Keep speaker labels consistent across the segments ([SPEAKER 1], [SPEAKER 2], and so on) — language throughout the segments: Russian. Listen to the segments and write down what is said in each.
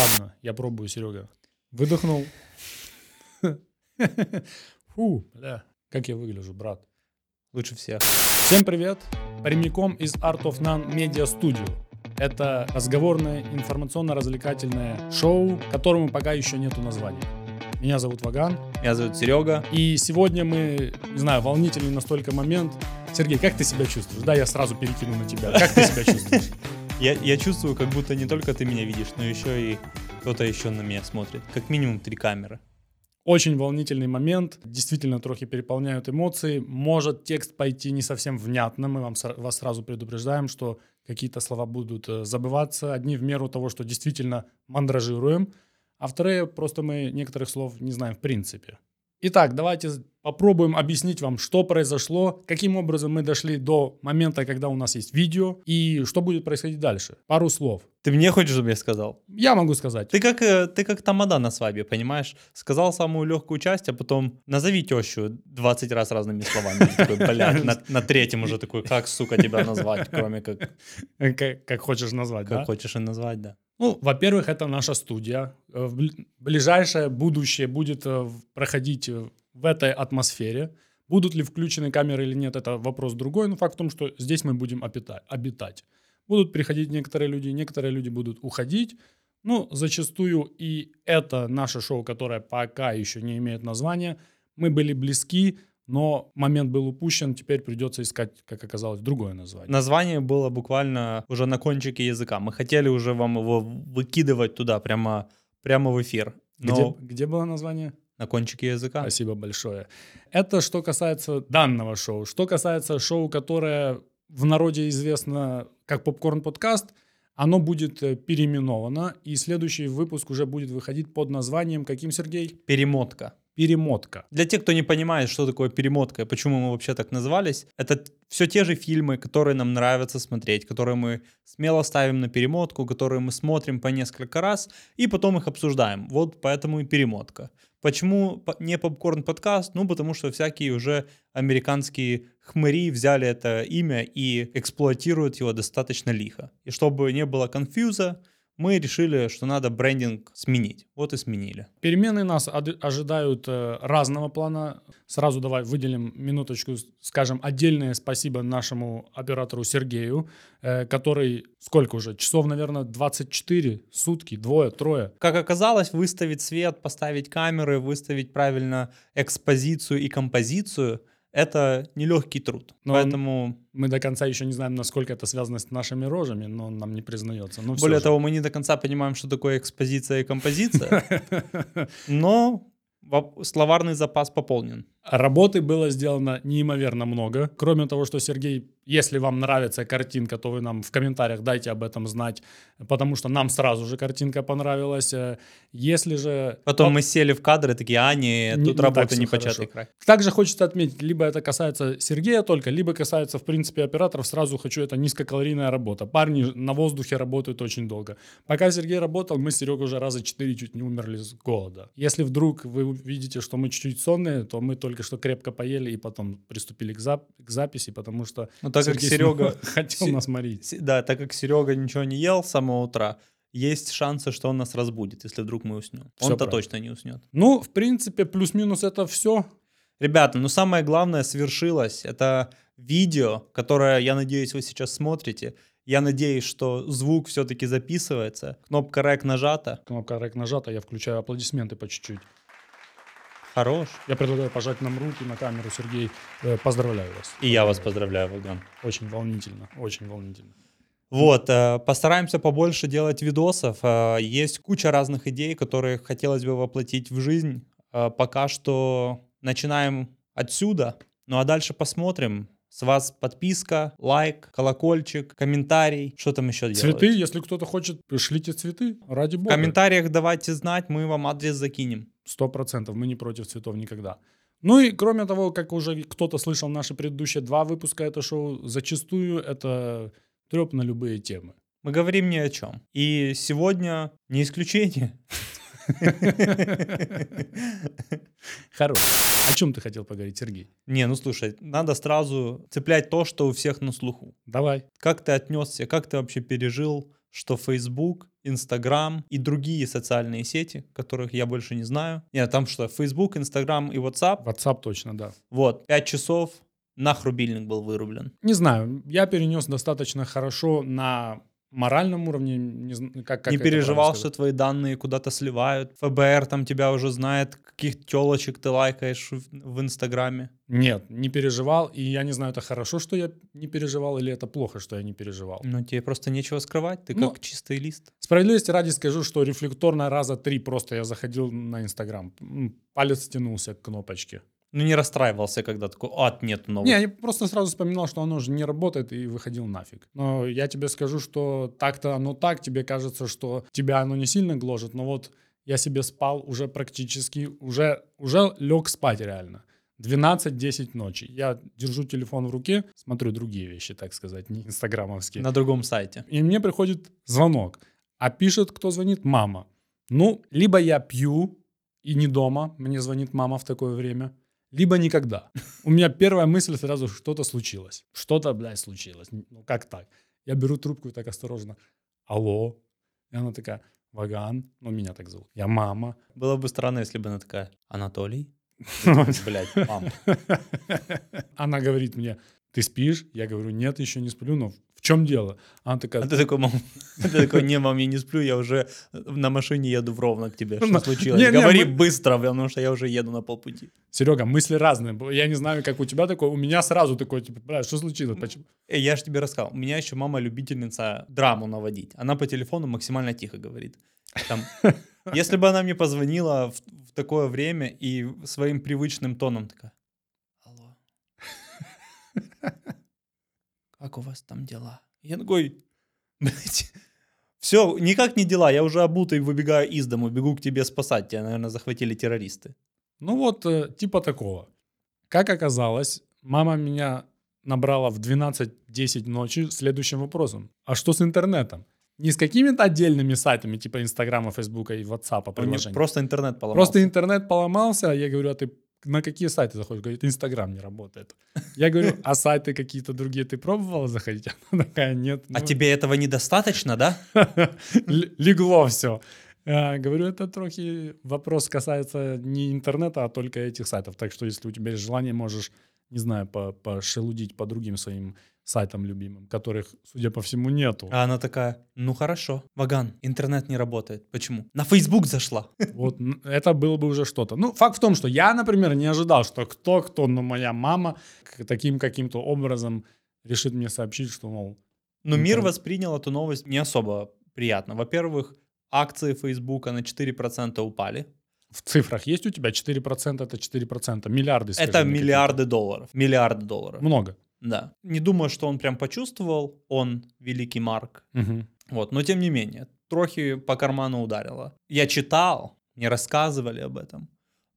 [SPEAKER 1] Ладно, я пробую, Серега. Выдохнул. Фу, бля. Как я выгляжу, брат. Лучше всех. Всем привет. Прямиком из Art of None Media Studio. Это разговорное информационно-развлекательное шоу, которому пока еще нету названия. Меня зовут Ваган,
[SPEAKER 2] Меня зовут Серега.
[SPEAKER 1] и сегодня мы, не знаю, волнительный настолько момент. Сергей, как ты себя чувствуешь? Да, я сразу перекину на тебя. Как ты себя чувствуешь?
[SPEAKER 2] Я, я чувствую, как будто не только ты меня видишь, но еще и кто-то еще на меня смотрит. Как минимум три камеры.
[SPEAKER 1] Очень волнительный момент, действительно трохи переполняют эмоции. Может текст пойти не совсем внятно, мы вам, сра- вас сразу предупреждаем, что какие-то слова будут э, забываться. Одни в меру того, что действительно мандражируем, а вторые просто мы некоторых слов не знаем в принципе. Итак, давайте с- попробуем объяснить вам, что произошло, каким образом мы дошли до момента, когда у нас есть видео, и что будет происходить дальше. Пару слов.
[SPEAKER 2] Ты мне хочешь, чтобы я сказал?
[SPEAKER 1] Я могу сказать.
[SPEAKER 2] Ты как, э, ты как Тамада на свадьбе, понимаешь? Сказал самую легкую часть, а потом назови тещу 20 раз разными словами. Ты Такой, блядь, на, на третьем уже такой, как, сука, тебя назвать, кроме как,
[SPEAKER 1] э, Как, как хочешь назвать, да?
[SPEAKER 2] как хочешь и назвать, да.
[SPEAKER 1] Ну, во-первых, это наша студия. Э, В бли- ближайшее будущее будет э, в- проходить э, в этой атмосфере. Будут ли включены камеры или нет, это вопрос другой. Но факт в том, что здесь мы будем опита- обитать. Будут приходить некоторые люди, некоторые люди будут уходить. Ну, зачастую и это наше шоу, которое пока еще не имеет названия. Мы были близки, но момент был упущен. Теперь придется искать, как оказалось, другое название.
[SPEAKER 2] Название было буквально уже на кончике языка. Мы хотели уже вам его выкидывать туда, прямо, прямо в эфир. Но
[SPEAKER 1] Где, где было название?
[SPEAKER 2] на кончике языка.
[SPEAKER 1] Спасибо большое. Это что касается данного шоу. Что касается шоу, которое в народе известно как Попкорн Подкаст, оно будет э, переименовано, и следующий выпуск уже будет выходить под названием каким, Сергей?
[SPEAKER 2] Перемотка.
[SPEAKER 1] Перемотка.
[SPEAKER 2] Для тех, кто не понимает, что такое перемотка и почему мы вообще так назвались, это все те же фильмы, которые нам нравится смотреть, которые мы смело ставим на перемотку, которые мы смотрим по несколько раз и потом их обсуждаем. Вот поэтому и перемотка. Почему по- не попкорн подкаст? Ну, потому что всякие уже американские хмыри взяли это имя и эксплуатируют его достаточно лихо. И чтобы не было конфьюза, мы решили, что надо брендинг сменить. Вот и сменили.
[SPEAKER 1] Перемены нас од- ожидают э, разного плана. Сразу давай выделим минуточку, с- скажем, отдельное спасибо нашему оператору Сергею, э, который сколько уже? Часов, наверное, 24, сутки, двое, трое.
[SPEAKER 2] Как оказалось, выставить свет, поставить камеры, выставить правильно экспозицию и композицию — это нелегкий труд.
[SPEAKER 1] Но он-
[SPEAKER 2] Поэтому,
[SPEAKER 1] Мы до конца еще не знаем, насколько это связано с нашими рожами, но он нам не признается. Но всё
[SPEAKER 2] более
[SPEAKER 1] же.
[SPEAKER 2] того, мы не до конца понимаем, что такое экспозиция и композиция, но воп- словарный запас пополнен.
[SPEAKER 1] работы было сделано неимоверно много. Кроме того, что Сергей, если вам нравится картинка, то вы нам в комментариях дайте об этом знать, потому что нам сразу же картинка понравилась. Э, Если же...
[SPEAKER 2] Потом мы сели в кадры такие, а не,
[SPEAKER 1] Не- не
[SPEAKER 2] тут
[SPEAKER 1] так
[SPEAKER 2] работа
[SPEAKER 1] всё
[SPEAKER 2] непочатый
[SPEAKER 1] хорошо.
[SPEAKER 2] край.
[SPEAKER 1] Также хочется отметить, либо это касается Сергея только, либо касается, в принципе, операторов. Сразу хочу, это низкокалорийная работа. Парни на воздухе работают очень долго. Пока Сергей работал, мы с Серегой уже раза четыре чуть не умерли с голода. Если вдруг вы видите, что мы чуть-чуть сонные, то мы только что крепко поели и потом приступили к, зап- к записи, потому что
[SPEAKER 2] Но так как
[SPEAKER 1] Сергей
[SPEAKER 2] Серега...
[SPEAKER 1] снова хотел
[SPEAKER 2] Се-
[SPEAKER 1] нас морить.
[SPEAKER 2] Се- Да, так как Серега ничего не ел с самого утра, есть шансы, что он нас разбудит, если вдруг мы уснем.
[SPEAKER 1] Всё
[SPEAKER 2] Он-то
[SPEAKER 1] правильно.
[SPEAKER 2] точно не уснет.
[SPEAKER 1] Ну, в принципе, плюс-минус это все.
[SPEAKER 2] Ребята, ну самое главное свершилось. Это видео, которое, я надеюсь, вы сейчас смотрите. Я надеюсь, что звук все-таки записывается. Кнопка рек нажата.
[SPEAKER 1] Кнопка рек нажата, я включаю аплодисменты по чуть-чуть.
[SPEAKER 2] Хорош.
[SPEAKER 1] Я предлагаю пожать нам руки на камеру, Сергей. Э, Поздравляю вас.
[SPEAKER 2] И я вас поздравляю, Ваган.
[SPEAKER 1] Очень волнительно, очень волнительно.
[SPEAKER 2] Вот, э, постараемся побольше делать видосов. Э, Есть куча разных идей, которые хотелось бы воплотить в жизнь. Э, Пока что начинаем отсюда, ну а дальше посмотрим. С вас подписка, лайк, колокольчик, комментарий. Что там еще делать?
[SPEAKER 1] Цветы, если кто-то хочет, пришлите цветы, ради
[SPEAKER 2] В
[SPEAKER 1] бога.
[SPEAKER 2] комментариях давайте знать, мы вам адрес закинем.
[SPEAKER 1] Сто процентов, мы не против цветов никогда. Ну и кроме того, как уже кто-то слышал наши предыдущие два выпуска этого шоу, зачастую это треп на любые темы.
[SPEAKER 2] Мы говорим ни о чем. И сегодня не исключение.
[SPEAKER 1] Хорош. О чем ты хотел поговорить, Сергей?
[SPEAKER 2] Не, ну слушай, надо сразу цеплять то, что у всех на слуху.
[SPEAKER 1] Давай.
[SPEAKER 2] Как ты отнесся, как ты вообще пережил, что Facebook, Instagram и другие социальные сети, которых я больше не знаю. Нет, там что, Facebook, Instagram и WhatsApp.
[SPEAKER 1] WhatsApp точно, да.
[SPEAKER 2] Вот, 5 часов нах рубильник был вырублен.
[SPEAKER 1] Не знаю, я перенес достаточно хорошо на моральном уровне, не, зн- как, как
[SPEAKER 2] не
[SPEAKER 1] это
[SPEAKER 2] переживал,
[SPEAKER 1] правильно
[SPEAKER 2] что
[SPEAKER 1] сказать.
[SPEAKER 2] твои данные куда-то сливают. ФБР там тебя уже знает, каких телочек ты лайкаешь в- в Инстаграме.
[SPEAKER 1] Нет, не переживал, и я не знаю, это хорошо, что я не переживал, или это плохо, что я не переживал.
[SPEAKER 2] Ну, тебе просто нечего скрывать, ты
[SPEAKER 1] Ну,
[SPEAKER 2] как чистый лист.
[SPEAKER 1] Справедливости ради скажу, что рефлекторно раза три просто я заходил на Инстаграм. М, Палец тянулся к кнопочке.
[SPEAKER 2] Ну, не расстраивался, когда такой, ад, нет новых.
[SPEAKER 1] Не, я просто сразу вспоминал, что оно же не работает, и выходил нафиг. Но я тебе скажу, что так-то оно так, тебе кажется, что тебя оно не сильно гложет, но вот я себе спал уже практически, уже, уже лег спать реально. 12-10 ночи. Я держу телефон в руке, смотрю другие вещи, так сказать, не инстаграмовские.
[SPEAKER 2] На другом сайте.
[SPEAKER 1] И мне приходит звонок. А пишет, кто звонит, мама. Ну, либо я пью и не дома, мне звонит мама в такое время, либо никогда. У меня первая мысль сразу, что-то случилось. Что-то, блядь, случилось. Ну, как так? Я беру трубку и так осторожно. Алло. И она такая, Ваган, ну, меня так зовут. Я мама.
[SPEAKER 2] Было бы странно, если бы она такая, Анатолий? Блять, мам.
[SPEAKER 1] Она говорит мне, ты спишь? Я говорю, нет, еще не сплю, но в чем дело? Она такая,
[SPEAKER 2] А ты такой, мам, ты такой, не, мам, я не сплю, я уже э, на машине еду в Ровно к тебе.
[SPEAKER 1] Ну,
[SPEAKER 2] Что случилось?
[SPEAKER 1] не, не,
[SPEAKER 2] Говори
[SPEAKER 1] мы-
[SPEAKER 2] быстро, потому что я уже еду на полпути.
[SPEAKER 1] Серега, мысли разные. Бо- Я не знаю, как у тебя такое. У меня сразу такое, типа, бля, что случилось? Почему?
[SPEAKER 2] Э, Я же тебе рассказал, у меня еще мама любительница драму наводить. Она по телефону максимально тихо говорит. Там, если бы она мне позвонила в, в такое время и своим привычным тоном такая, алло, как у вас там дела? Я такой, блядь, все, никак не дела, я уже обутый выбегаю из дому, бегу к тебе спасать, тебя, наверное, захватили террористы.
[SPEAKER 1] Ну вот, э, типа такого. Как оказалось, мама меня набрала в 12-10 ночи следующим вопросом. А что с интернетом? Не с какими-то отдельными сайтами, типа Инстаграма, Фейсбука и Ватсапа
[SPEAKER 2] У них
[SPEAKER 1] приложений. Просто,
[SPEAKER 2] Ну, просто интернет поломался.
[SPEAKER 1] просто интернет поломался, я говорю, а ты на какие сайты заходишь? Говорит, Инстаграм не работает. Я говорю, а сайты какие-то другие ты пробовала заходить? Она такая, нет.
[SPEAKER 2] А
[SPEAKER 1] ну,
[SPEAKER 2] тебе этого недостаточно, да?
[SPEAKER 1] Л- Легло все. Говорю, это трохи вопрос касается не интернета, а только этих сайтов. Так что, если у тебя есть желание, можешь, не знаю, по- пошелудить по другим своим сайтам любимым, которых, судя по всему, нету.
[SPEAKER 2] А она такая, ну хорошо, Ваган, интернет не работает. Почему? На Facebook зашла.
[SPEAKER 1] Вот н- это было бы уже что-то. Ну, факт в том, что я, например, не ожидал, что кто-кто, но моя мама к- таким каким-то образом решит мне сообщить, что, мол,
[SPEAKER 2] Но мир
[SPEAKER 1] Интернет.
[SPEAKER 2] воспринял эту новость не особо приятно. Во-первых, акции Facebook на 4% упали.
[SPEAKER 1] в цифрах есть у тебя 4%, это 4%, миллиарды. скажи Ну.
[SPEAKER 2] Это
[SPEAKER 1] мне какие-то.
[SPEAKER 2] миллиарды долларов. Миллиарды долларов.
[SPEAKER 1] Много.
[SPEAKER 2] Да. Не думаю, что он прям почувствовал, он великий Марк.
[SPEAKER 1] Мгм.
[SPEAKER 2] Вот, но тем не менее, трохи по карману ударило. Я читал, мне рассказывали об этом.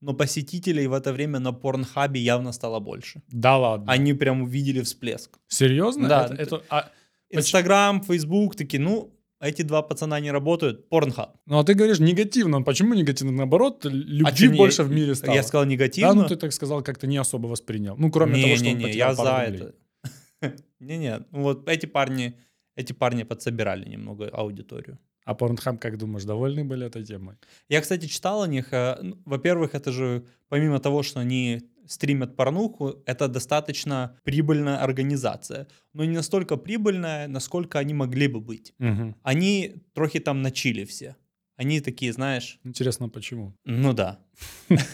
[SPEAKER 2] Но посетителей в это время на порнхабе явно стало больше.
[SPEAKER 1] Да ладно.
[SPEAKER 2] Они прям увидели всплеск.
[SPEAKER 1] Серьезно?
[SPEAKER 2] Да.
[SPEAKER 1] Это, это- а, Поч-
[SPEAKER 2] Инстаграм, Фейсбук, такие, ну, эти два пацана не работают, порнхаб.
[SPEAKER 1] ну а ты говоришь негативно. Почему негативно? Наоборот,
[SPEAKER 2] А
[SPEAKER 1] любви
[SPEAKER 2] чё не-
[SPEAKER 1] больше в мире стало.
[SPEAKER 2] Я сказал негативно.
[SPEAKER 1] да, ну ты так сказал, как-то не особо воспринял. Ну, кроме
[SPEAKER 2] не,
[SPEAKER 1] того, что
[SPEAKER 2] не,
[SPEAKER 1] он
[SPEAKER 2] не,
[SPEAKER 1] потерял
[SPEAKER 2] я
[SPEAKER 1] пару
[SPEAKER 2] за
[SPEAKER 1] рублей.
[SPEAKER 2] это. Не-не, ну вот эти парни, эти парни подсобирали немного аудиторию.
[SPEAKER 1] А Порнхам, как думаешь, довольны были этой темой?
[SPEAKER 2] Я, кстати, читал о них. э, ну, Во-первых, это же, помимо того, что они стримят порнуху, это достаточно прибыльная организация. Но не настолько прибыльная, насколько они могли бы быть. Они трохи там начили все. Они такие, знаешь,
[SPEAKER 1] Интересно, почему?
[SPEAKER 2] Ну да.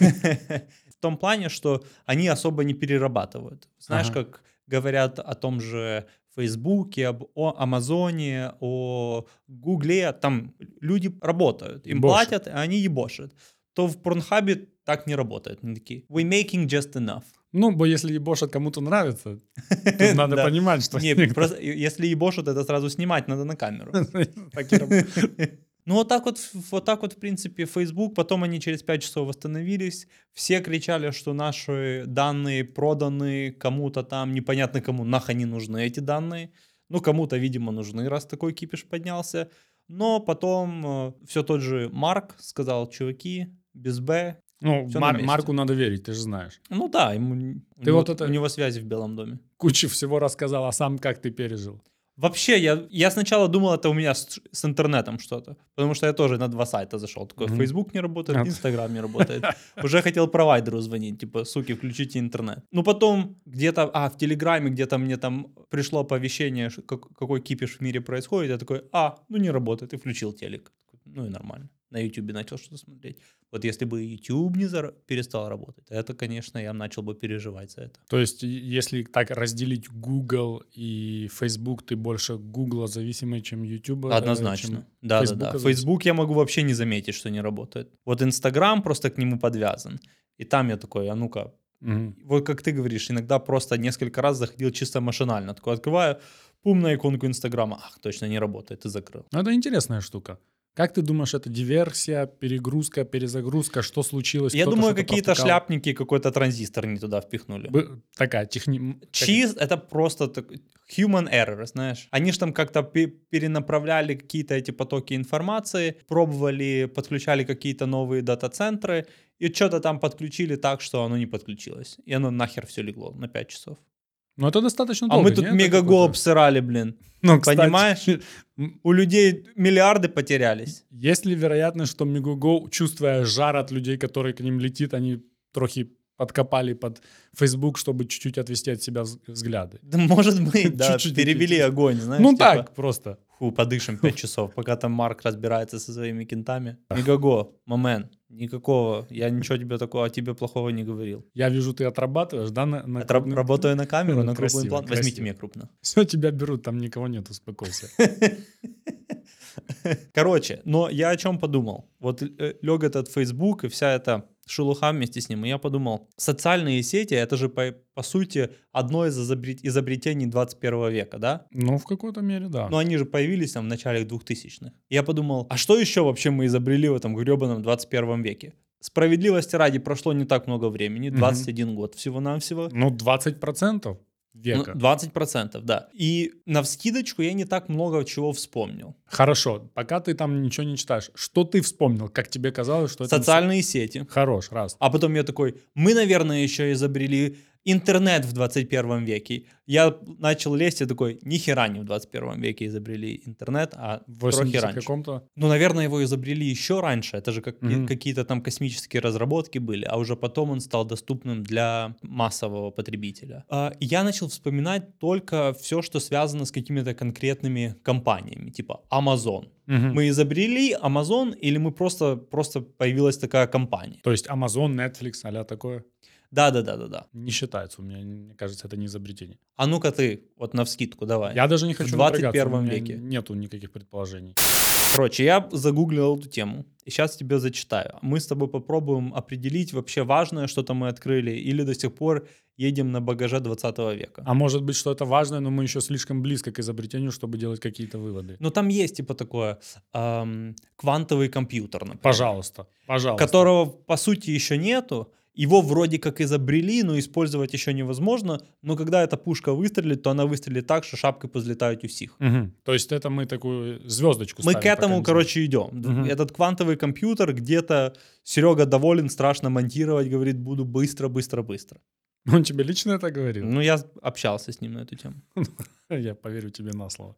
[SPEAKER 2] В том плане, что они особо не перерабатывают. Знаешь,
[SPEAKER 1] Ага.
[SPEAKER 2] как говорят о том же Фейсбуке, об- о Амазоне, о Гугле, там люди работают, им
[SPEAKER 1] Ебошат.
[SPEAKER 2] платят, а они ебошат. То в Порнхабе так не работает. Они такие, we making just enough.
[SPEAKER 1] Ну, бо если ебошат кому-то нравится, тут надо
[SPEAKER 2] Да.
[SPEAKER 1] понимать, что...
[SPEAKER 2] Не,
[SPEAKER 1] никто-
[SPEAKER 2] просто, э, если ебошат, это сразу снимать надо на камеру.
[SPEAKER 1] Так и работает.
[SPEAKER 2] Ну, вот так вот, ф- вот так вот, в принципе, Facebook. Потом они через 5 часов восстановились. Все кричали, что наши данные проданы кому-то там, непонятно кому, нах они нужны, эти данные. Ну, кому-то, видимо, нужны, раз такой кипиш поднялся. Но потом все тот же Марк сказал, чуваки, без Б.
[SPEAKER 1] Ну,
[SPEAKER 2] Всё на
[SPEAKER 1] Мар-
[SPEAKER 2] месте.
[SPEAKER 1] Марку надо верить, ты же знаешь.
[SPEAKER 2] Ну да, ему, у,
[SPEAKER 1] Ты
[SPEAKER 2] него,
[SPEAKER 1] вот это-
[SPEAKER 2] у него связи в Белом доме.
[SPEAKER 1] Куча всего рассказал, а сам как ты пережил?
[SPEAKER 2] Вообще, я, я сначала думал, это у меня с, с интернетом что-то. Потому что я тоже на два сайта зашел. Такой,
[SPEAKER 1] Мгм.
[SPEAKER 2] Facebook не работает,
[SPEAKER 1] Нет.
[SPEAKER 2] Instagram не работает. Уже хотел провайдеру звонить, типа, суки, включите интернет. Ну, потом где-то, а, в Телеграме где-то мне там пришло оповещение, ш- как- какой кипиш в мире происходит. Я такой, а, ну не работает, и включил телек. Ну и нормально. На YouTube начал что-то смотреть. Вот если бы YouTube не зара- перестал работать, это, конечно, я начал бы переживать за это.
[SPEAKER 1] То есть, и- если так разделить Google и Facebook, ты больше Google зависимый, чем YouTube. э,
[SPEAKER 2] Однозначно.
[SPEAKER 1] чем-
[SPEAKER 2] Да, да,
[SPEAKER 1] Фейсбука
[SPEAKER 2] да.
[SPEAKER 1] зависит.
[SPEAKER 2] Фейсбук я могу вообще не заметить, что не работает. Вот Инстаграм просто к нему подвязан. И там я такой, а ну-ка,
[SPEAKER 1] Мгм.
[SPEAKER 2] вот как ты говоришь, иногда просто несколько раз заходил чисто машинально. Такой открываю, пум на иконку Инстаграма. Ах, точно не работает, и закрыл.
[SPEAKER 1] Ну, это интересная штука. Как ты думаешь, это диверсия, перегрузка, перезагрузка? Что случилось?
[SPEAKER 2] я
[SPEAKER 1] Кто-то
[SPEAKER 2] думаю,
[SPEAKER 1] что-то
[SPEAKER 2] какие-то
[SPEAKER 1] провтыкал?
[SPEAKER 2] шляпники, какой-то транзистор не туда впихнули.
[SPEAKER 1] Бы- такая техни...
[SPEAKER 2] Чиз это просто так, human error, знаешь. Они же там как-то пе- перенаправляли какие-то эти потоки информации, пробовали, подключали какие-то новые дата-центры, и что-то там подключили так, что оно не подключилось. И оно нахер все легло на 5 часов.
[SPEAKER 1] Ну, это достаточно
[SPEAKER 2] а
[SPEAKER 1] долго,
[SPEAKER 2] мы тут
[SPEAKER 1] нет? Это
[SPEAKER 2] мегаго
[SPEAKER 1] какой-то-
[SPEAKER 2] обсырали, блин.
[SPEAKER 1] Ну, кстати,
[SPEAKER 2] Понимаешь?
[SPEAKER 1] м.
[SPEAKER 2] У людей миллиарды потерялись.
[SPEAKER 1] Есть ли вероятность, что Мегуго, чувствуя жар от людей, которые к ним летит, они трохи подкопали под Facebook, чтобы чуть-чуть отвести от себя вз- взгляды?
[SPEAKER 2] Да, может быть, да,
[SPEAKER 1] Чуть-чуть
[SPEAKER 2] перевели
[SPEAKER 1] чуть-чуть.
[SPEAKER 2] огонь, знаешь.
[SPEAKER 1] ну
[SPEAKER 2] типа,
[SPEAKER 1] так, просто.
[SPEAKER 2] Фу, подышим 5 часов, пока там Марк разбирается со своими кентами. Мегаго, момент, никакого, я ничего тебе такого, о тебе плохого не говорил.
[SPEAKER 1] Я вижу, ты отрабатываешь, да? На, на
[SPEAKER 2] Отра-
[SPEAKER 1] крупный-
[SPEAKER 2] работаю на камеру,
[SPEAKER 1] Ну,
[SPEAKER 2] на
[SPEAKER 1] красиво,
[SPEAKER 2] крупный план. Возьмите
[SPEAKER 1] красиво.
[SPEAKER 2] меня крупно.
[SPEAKER 1] Все, тебя берут, там никого нет, успокойся.
[SPEAKER 2] Короче, но я о чем подумал. Вот лег этот Facebook и вся эта шелуха вместе с ним, и я подумал, социальные сети, это же по, по сути одно из изобре- изобретений 21 века, да?
[SPEAKER 1] Ну, в какой-то мере, да.
[SPEAKER 2] Но они же появились там в начале 2000-х. Я подумал, а что еще вообще мы изобрели в этом гребаном 21 веке? Справедливости ради прошло не так много времени,
[SPEAKER 1] Мгм.
[SPEAKER 2] 21 год всего-навсего.
[SPEAKER 1] Ну, 20%
[SPEAKER 2] Ну,
[SPEAKER 1] века.
[SPEAKER 2] 20%, да. И навскидочку я не так много чего вспомнил.
[SPEAKER 1] Хорошо, пока ты там ничего не читаешь, что ты вспомнил, как тебе казалось, что это...
[SPEAKER 2] Социальные сети.
[SPEAKER 1] Хорош, раз.
[SPEAKER 2] А потом я такой, мы, наверное, еще изобрели интернет в 21 веке. Я начал лезть и такой, нихера не в 21 веке изобрели интернет, а
[SPEAKER 1] В
[SPEAKER 2] трохи
[SPEAKER 1] 80
[SPEAKER 2] раньше.
[SPEAKER 1] каком-то...
[SPEAKER 2] Ну, наверное, его изобрели еще раньше. Это же как-
[SPEAKER 1] Мгм.
[SPEAKER 2] какие-то там космические разработки были, а уже потом он стал доступным для массового потребителя. А, и Я начал вспоминать только все, что связано с какими-то конкретными компаниями, типа Amazon.
[SPEAKER 1] Мгм.
[SPEAKER 2] Мы изобрели Amazon или мы просто, просто появилась такая компания?
[SPEAKER 1] То есть Amazon, Netflix, а такое
[SPEAKER 2] Да-да-да-да-да.
[SPEAKER 1] не считается. У меня, мне кажется, это не изобретение.
[SPEAKER 2] А ну-ка ты, вот навскидку, давай.
[SPEAKER 1] Я даже не
[SPEAKER 2] В
[SPEAKER 1] хочу
[SPEAKER 2] 21
[SPEAKER 1] напрягаться, у меня
[SPEAKER 2] веке.
[SPEAKER 1] нету никаких предположений.
[SPEAKER 2] Короче, я загуглил эту тему. И сейчас тебе зачитаю. Мы с тобой попробуем определить вообще важное, что-то мы открыли, или до сих пор едем на багаже 20 века.
[SPEAKER 1] А может быть, что это важное, но мы еще слишком близко к изобретению, чтобы делать какие-то выводы.
[SPEAKER 2] Но там есть типа такое эм, квантовый компьютер, например,
[SPEAKER 1] Пожалуйста, пожалуйста.
[SPEAKER 2] которого по сути еще нету. Его вроде как изобрели, но использовать еще невозможно. Но когда эта пушка выстрелит, то она выстрелит так, что шапкой позлетают у всех.
[SPEAKER 1] Мгм. То есть это мы такую звездочку
[SPEAKER 2] Мы
[SPEAKER 1] ставим,
[SPEAKER 2] к
[SPEAKER 1] пока не
[SPEAKER 2] этому,
[SPEAKER 1] знаем.
[SPEAKER 2] короче, идем.
[SPEAKER 1] Мгм.
[SPEAKER 2] Этот квантовый компьютер где-то Серега доволен, страшно монтировать, говорит, буду быстро, быстро, быстро.
[SPEAKER 1] Он тебе лично это говорил?
[SPEAKER 2] Ну, я общался с ним на эту тему.
[SPEAKER 1] Я поверю тебе на слово.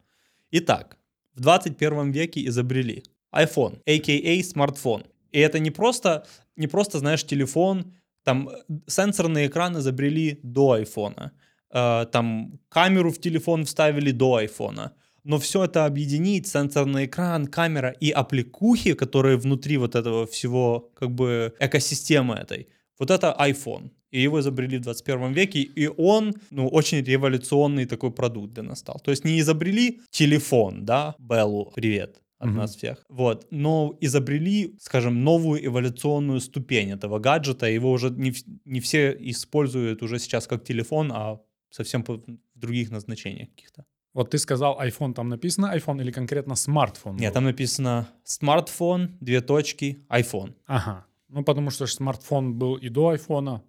[SPEAKER 2] Итак, в 21 веке изобрели iPhone, а.к.а. смартфон. И это не просто, не просто, знаешь, телефон, там э, сенсорный экран изобрели до айфона, Э, там камеру в телефон вставили до айфона. Но все это объединить, сенсорный экран, камера и аппликухи, которые внутри вот этого всего, как бы, экосистемы этой, вот это iPhone. И его изобрели в 21 веке, и он, ну, очень революционный такой продукт для нас стал. То есть не изобрели телефон, да, Беллу, привет от
[SPEAKER 1] Мгм.
[SPEAKER 2] нас всех, вот, но изобрели, скажем, новую эволюционную ступень этого гаджета, его уже не, вс- не все используют уже сейчас как телефон, а совсем по- в других назначениях каких-то.
[SPEAKER 1] Вот ты сказал iPhone, там написано iPhone или конкретно смартфон?
[SPEAKER 2] Нет,
[SPEAKER 1] был?
[SPEAKER 2] там написано смартфон, две точки, iPhone.
[SPEAKER 1] Ага. Ну, потому что ж смартфон был и до айфона,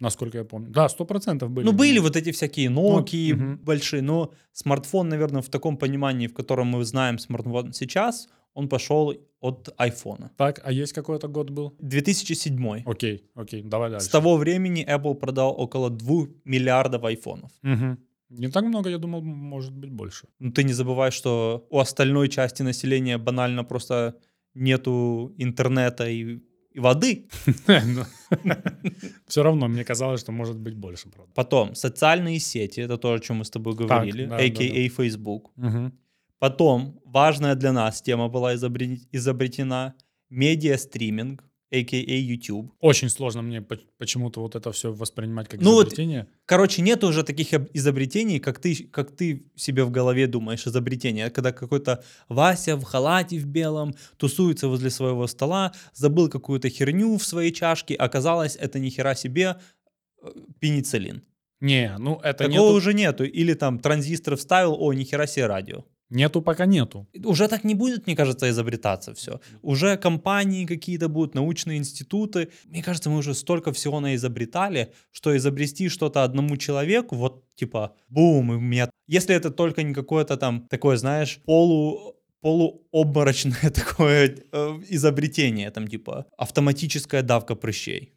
[SPEAKER 1] насколько я помню. Да, 100% были.
[SPEAKER 2] Ну, были вот эти всякие Nokia
[SPEAKER 1] Ну, мгм.
[SPEAKER 2] большие, но смартфон, наверное, в таком понимании, в котором мы знаем смартфон сейчас, он пошел от iPhone.
[SPEAKER 1] Так, а есть какой-то год был?
[SPEAKER 2] 2007.
[SPEAKER 1] Окей, окей, давай дальше.
[SPEAKER 2] С того времени Apple продал около 2 миллиардов айфонов.
[SPEAKER 1] Мгм, Не так много, я думал, может быть больше.
[SPEAKER 2] Ну, ты не забывай, что у остальной части населения банально просто нету интернета и, и воды.
[SPEAKER 1] Все Ну, равно мне казалось, что может быть больше, правда.
[SPEAKER 2] Потом социальные сети, это то, о чем мы с тобой говорили,
[SPEAKER 1] да, да,
[SPEAKER 2] a.k.a. Facebook. Потом важная для нас тема была изобре- изобретена медиа-стриминг, a.k.a. YouTube.
[SPEAKER 1] Очень сложно мне по- почему-то вот это все воспринимать как
[SPEAKER 2] Ну вот-
[SPEAKER 1] изобретение.
[SPEAKER 2] Короче, нет уже таких об- изобретений, как ты, как ты себе в голове думаешь изобретение. Когда какой-то Вася в халате в белом тусуется возле своего стола, забыл какую-то херню в своей чашке, оказалось, это ни хера себе э, пенициллин.
[SPEAKER 1] Не, ну это
[SPEAKER 2] Такого
[SPEAKER 1] нету,
[SPEAKER 2] уже нету. Или там транзистор вставил, о, ни хера себе радио.
[SPEAKER 1] нету пока нету.
[SPEAKER 2] Уже так не будет, мне кажется, изобретаться все. Уже компании какие-то будут, научные институты. Мне кажется, мы уже столько всего наизобретали, что изобрести что-то одному человеку, вот типа бум, и у меня... Если это только не какое-то там такое, знаешь, полу полуобморочное такое э, изобретение, там типа автоматическая давка прыщей.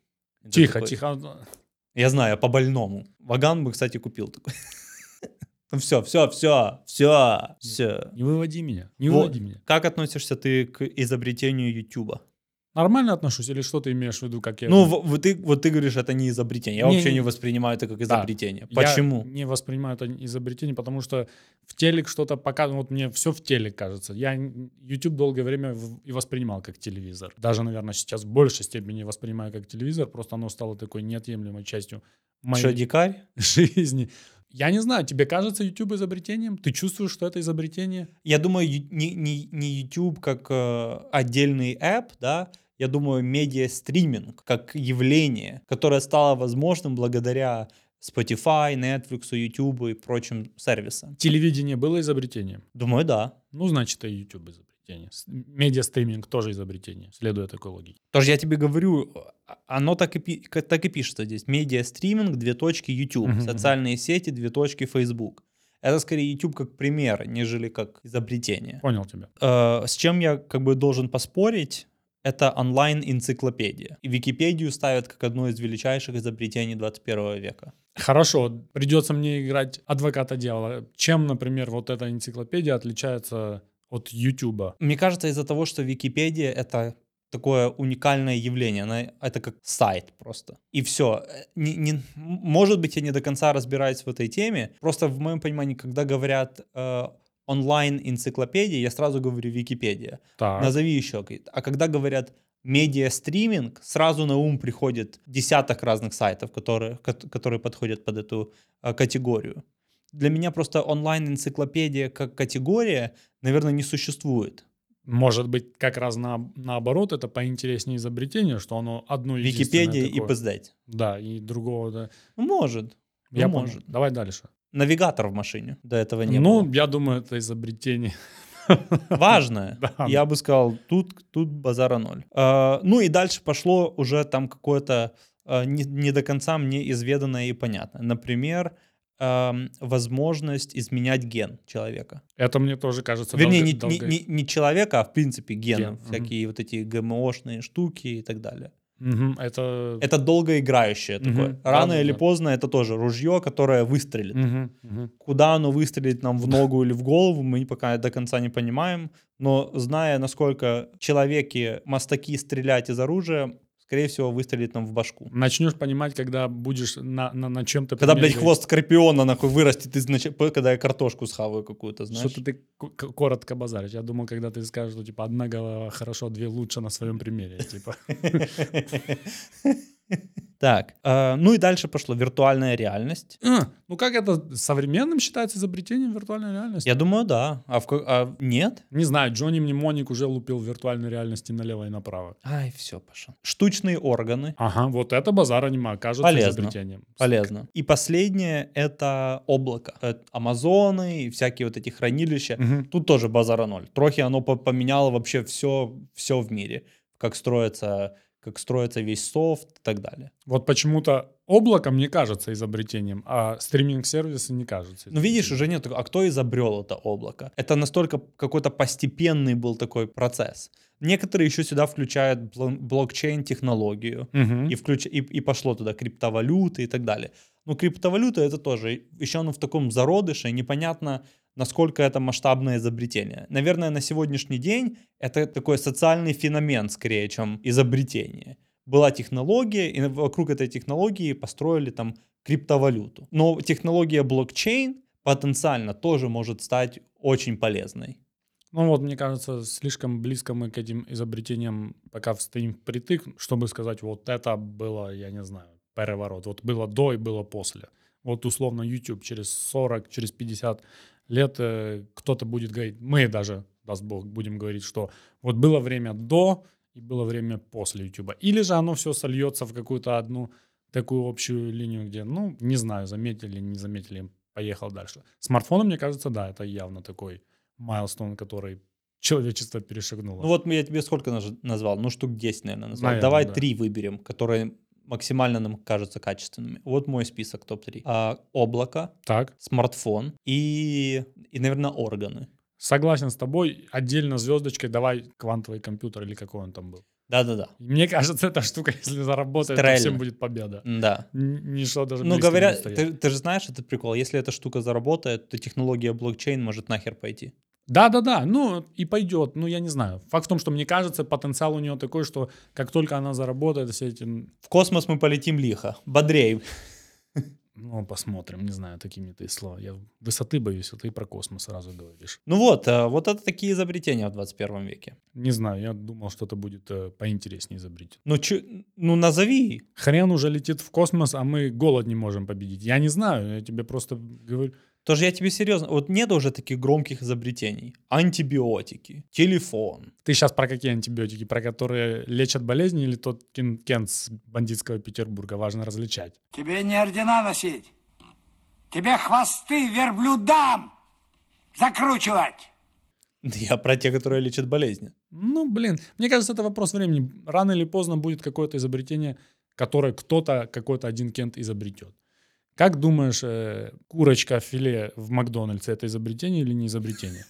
[SPEAKER 2] Это
[SPEAKER 1] Тихо,
[SPEAKER 2] такой-
[SPEAKER 1] тихо. ну,
[SPEAKER 2] Я знаю, по-больному. Ваган бы, кстати, купил такой. Ну все, все, все, все, все.
[SPEAKER 1] Не выводи меня. Не
[SPEAKER 2] Вот.
[SPEAKER 1] выводи меня.
[SPEAKER 2] Как относишься ты к изобретению Ютуба?
[SPEAKER 1] Нормально отношусь или что ты имеешь в виду, как я?
[SPEAKER 2] Ну, в- вот ты, вот ты говоришь, это не изобретение. Я
[SPEAKER 1] Не,
[SPEAKER 2] вообще
[SPEAKER 1] не,
[SPEAKER 2] не
[SPEAKER 1] не.
[SPEAKER 2] воспринимаю это как изобретение.
[SPEAKER 1] Я
[SPEAKER 2] Почему?
[SPEAKER 1] не воспринимаю это изобретение, потому что в телек что-то показывает. Вот мне все в телек кажется. Я н- YouTube долгое время в- и воспринимал как телевизор. Даже, наверное, сейчас в большей степени воспринимаю как телевизор. Просто оно стало такой неотъемлемой частью
[SPEAKER 2] Что,
[SPEAKER 1] моей
[SPEAKER 2] дикарь?
[SPEAKER 1] жизни. Я не знаю, тебе кажется YouTube изобретением? Ты чувствуешь, что это изобретение?
[SPEAKER 2] Я думаю, ю- не, не, не YouTube как э, отдельный app, да, я думаю, медиа-стриминг как явление, которое стало возможным благодаря Spotify, Netflix, YouTube и прочим сервисам.
[SPEAKER 1] Телевидение было изобретением?
[SPEAKER 2] Думаю, да.
[SPEAKER 1] Ну, значит, и YouTube изобретение. С- Медиастриминг тоже изобретение, следуя такой логике.
[SPEAKER 2] Тоже я тебе говорю, а- оно так и, пи- к- так и пишется здесь. Медиа-стриминг, две точки YouTube.
[SPEAKER 1] Мгм, мгм.
[SPEAKER 2] Социальные сети, две точки Facebook. Это скорее YouTube как пример, нежели как изобретение.
[SPEAKER 1] Понял тебя.
[SPEAKER 2] Э, с чем я как бы должен поспорить, это онлайн-энциклопедия. И Википедию ставят как одно из величайших изобретений 21 века.
[SPEAKER 1] Хорошо, придется мне играть адвоката дьявола. Чем, например, вот эта энциклопедия отличается от YouTube?
[SPEAKER 2] Мне кажется, из-за того, что Википедия — это такое уникальное явление, она, это как сайт просто. И Э, все. может быть, я не до конца разбираюсь в этой теме, просто в моем понимании, когда говорят э, онлайн-энциклопедия, я сразу говорю Википедия.
[SPEAKER 1] Так.
[SPEAKER 2] Назови еще. какие-то. А когда говорят медиа-стриминг, сразу на ум приходит десяток разных сайтов, которые, кот- которые подходят под эту э, категорию. Для меня просто онлайн-энциклопедия как категория, наверное, не существует.
[SPEAKER 1] Может быть, как раз на, наоборот, это поинтереснее изобретение, что оно одно единственное
[SPEAKER 2] Википедия и
[SPEAKER 1] такое.
[SPEAKER 2] пиздеть.
[SPEAKER 1] Да, и другого... Да.
[SPEAKER 2] Ну, Может. Ну,
[SPEAKER 1] Я
[SPEAKER 2] может.
[SPEAKER 1] понял. Давай дальше.
[SPEAKER 2] Навигатор в машине. До этого не
[SPEAKER 1] ну,
[SPEAKER 2] было.
[SPEAKER 1] я думаю, это изобретение.
[SPEAKER 2] Важное.
[SPEAKER 1] Да.
[SPEAKER 2] Я бы сказал, тут, тут базара ноль. А, ну и дальше пошло уже там какое-то а, не, не до конца мне изведанное и понятное. Например, ам, возможность изменять ген человека.
[SPEAKER 1] Это мне тоже кажется...
[SPEAKER 2] Вернее,
[SPEAKER 1] долго-
[SPEAKER 2] не, не-
[SPEAKER 1] долго-
[SPEAKER 2] не- не человека, а в принципе ген.
[SPEAKER 1] Ген, мгм.
[SPEAKER 2] Всякие вот эти ГМОшные штуки и так далее.
[SPEAKER 1] Мгм, это...
[SPEAKER 2] Это долгоиграющее
[SPEAKER 1] Мгм.
[SPEAKER 2] такое.
[SPEAKER 1] Да,
[SPEAKER 2] Рано
[SPEAKER 1] да,
[SPEAKER 2] или
[SPEAKER 1] да.
[SPEAKER 2] поздно это тоже ружье, которое выстрелит.
[SPEAKER 1] Мгм, мгм.
[SPEAKER 2] Куда оно выстрелит нам в ногу или в голову, мы пока до конца не понимаем. Но зная, насколько человеки, мастаки стрелять из оружия, скорее всего, выстрелит нам в башку.
[SPEAKER 1] Начнешь понимать, когда будешь на, на, на чем-то...
[SPEAKER 2] Когда, блядь,
[SPEAKER 1] примеривать.
[SPEAKER 2] хвост скорпиона нахуй вырастет, из нач- п- когда я картошку схаваю какую-то, знаешь.
[SPEAKER 1] Что-то ты к- к- коротко базаришь. Я думал, когда ты скажешь, что типа одна голова хорошо, две лучше на своем примере. Типа.
[SPEAKER 2] Так, э, ну и дальше пошло виртуальная реальность.
[SPEAKER 1] «А, Ну как это современным считается изобретением виртуальной реальности?
[SPEAKER 2] Я думаю, да. А, в ка- а нет?
[SPEAKER 1] Не знаю, Джонни Мнемоник уже лупил виртуальной реальности налево и направо.
[SPEAKER 2] Ай, все, пошел. Штучные органы.
[SPEAKER 1] Ага, вот это базар аниме кажется
[SPEAKER 2] Полезно.
[SPEAKER 1] изобретением.
[SPEAKER 2] Полезно. И последнее — это облако. Э, Амазоны и всякие вот эти хранилища.
[SPEAKER 1] Мгм.
[SPEAKER 2] Тут тоже базара ноль. Трохи оно по- поменяло вообще все, все в мире. Как строится, как строится весь софт и так далее.
[SPEAKER 1] Вот почему-то облако мне кажется изобретением, а стриминг-сервисы не кажется.
[SPEAKER 2] Ну, видишь, уже нет такого, а кто изобрел это облако? Это настолько какой-то постепенный был такой процесс. Некоторые еще сюда включают блон- блокчейн-технологию.
[SPEAKER 1] Мгм.
[SPEAKER 2] И, включ... и, и пошло туда криптовалюты и так далее. Но криптовалюта это тоже, еще оно в таком зародыше, непонятно, насколько это масштабное изобретение. Наверное, на сегодняшний день это такой социальный феномен скорее, чем изобретение. Была технология, и вокруг этой технологии построили там криптовалюту. Но технология блокчейн потенциально тоже может стать очень полезной.
[SPEAKER 1] Ну вот, мне кажется, слишком близко мы к этим изобретениям пока стоим впритык, чтобы сказать, вот это было, я не знаю, переворот. Вот было до и было после. Вот условно YouTube через 40, через 50 лет э, кто-то будет говорить, мы даже, даст бог, будем говорить, что вот было время до и было время после YouTube. Или же оно все сольется в какую-то одну такую общую линию, где, ну, не знаю, заметили, не заметили, поехал дальше. Смартфоны, мне кажется, да, это явно такой майлстон, который человечество перешагнуло.
[SPEAKER 2] Ну вот я тебе сколько наж- назвал? Ну штук 10, наверное, назвал.
[SPEAKER 1] Наверное,
[SPEAKER 2] Давай
[SPEAKER 1] да.
[SPEAKER 2] три выберем, которые максимально нам кажутся качественными. Вот мой список топ-3. облако,
[SPEAKER 1] Так,
[SPEAKER 2] смартфон и, и, наверное, органы.
[SPEAKER 1] согласен с тобой. Отдельно звездочкой давай квантовый компьютер или какой он там был.
[SPEAKER 2] Да-да-да.
[SPEAKER 1] Мне кажется, эта штука, если заработает, то
[SPEAKER 2] Стрельно.
[SPEAKER 1] всем будет победа.
[SPEAKER 2] Да.
[SPEAKER 1] Н- Ничто даже
[SPEAKER 2] Ну,
[SPEAKER 1] близко не
[SPEAKER 2] говоря,
[SPEAKER 1] стоит.
[SPEAKER 2] ты, ты же знаешь этот прикол, если эта штука заработает, то технология блокчейн может нахер пойти.
[SPEAKER 1] Да-да-да, ну и пойдет, ну я не знаю. Факт в том, что мне кажется, потенциал у нее такой, что как только она заработает, все эти,
[SPEAKER 2] В космос мы полетим лихо, бодрее.
[SPEAKER 1] ну посмотрим, не знаю, такими ты слова. Я высоты боюсь, а ты про космос сразу говоришь.
[SPEAKER 2] Ну вот, э, вот это такие изобретения в 21 веке.
[SPEAKER 1] Не знаю, я думал, что-то будет э, поинтереснее изобретено.
[SPEAKER 2] Ну, чё- ну назови,
[SPEAKER 1] Хрен уже летит в космос, а мы голод не можем победить. Я не знаю, я тебе просто говорю.
[SPEAKER 2] Тоже я тебе серьезно, вот нет уже таких громких изобретений. Антибиотики, телефон.
[SPEAKER 1] Ты сейчас про какие антибиотики? Про которые лечат болезни или тот кен- кент с бандитского Петербурга? Важно различать.
[SPEAKER 3] Тебе не ордена носить. Тебе хвосты верблюдам закручивать.
[SPEAKER 2] Да Я про те, которые лечат болезни.
[SPEAKER 1] Ну, блин, мне кажется, это вопрос времени. Рано или поздно будет какое-то изобретение, которое кто-то, какой-то один кент изобретет. Как думаешь, э, курочка филе в Макдональдсе это изобретение или не изобретение?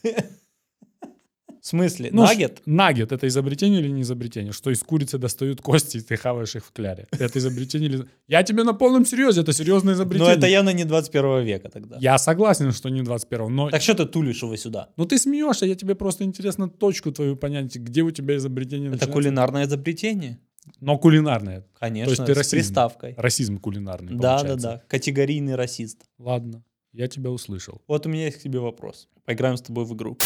[SPEAKER 2] В смысле?
[SPEAKER 1] Ну,
[SPEAKER 2] наггет?
[SPEAKER 1] ш- Наггет это изобретение или не изобретение? Что из курицы достают кости, и ты хаваешь их в кляре. Это изобретение или... Я тебе на полном серьезе, Ну, это серьезное
[SPEAKER 2] Но
[SPEAKER 1] изобретение.
[SPEAKER 2] Ну, это явно не 21 века тогда.
[SPEAKER 1] Я согласен, что не 21 но...
[SPEAKER 2] Так что ты тулишь его сюда?
[SPEAKER 1] Ну ты смеешься, я тебе просто интересно точку твою понять, где у тебя изобретение
[SPEAKER 2] Это
[SPEAKER 1] начинается.
[SPEAKER 2] кулинарное изобретение?
[SPEAKER 1] Но кулинарное.
[SPEAKER 2] Конечно,
[SPEAKER 1] ты
[SPEAKER 2] с
[SPEAKER 1] расизм.
[SPEAKER 2] приставкой.
[SPEAKER 1] Расизм кулинарный
[SPEAKER 2] Да, да,
[SPEAKER 1] получается.
[SPEAKER 2] да. Категорийный расист.
[SPEAKER 1] Ладно, я тебя услышал.
[SPEAKER 2] Вот у меня есть к тебе вопрос. Поиграем с тобой в игру.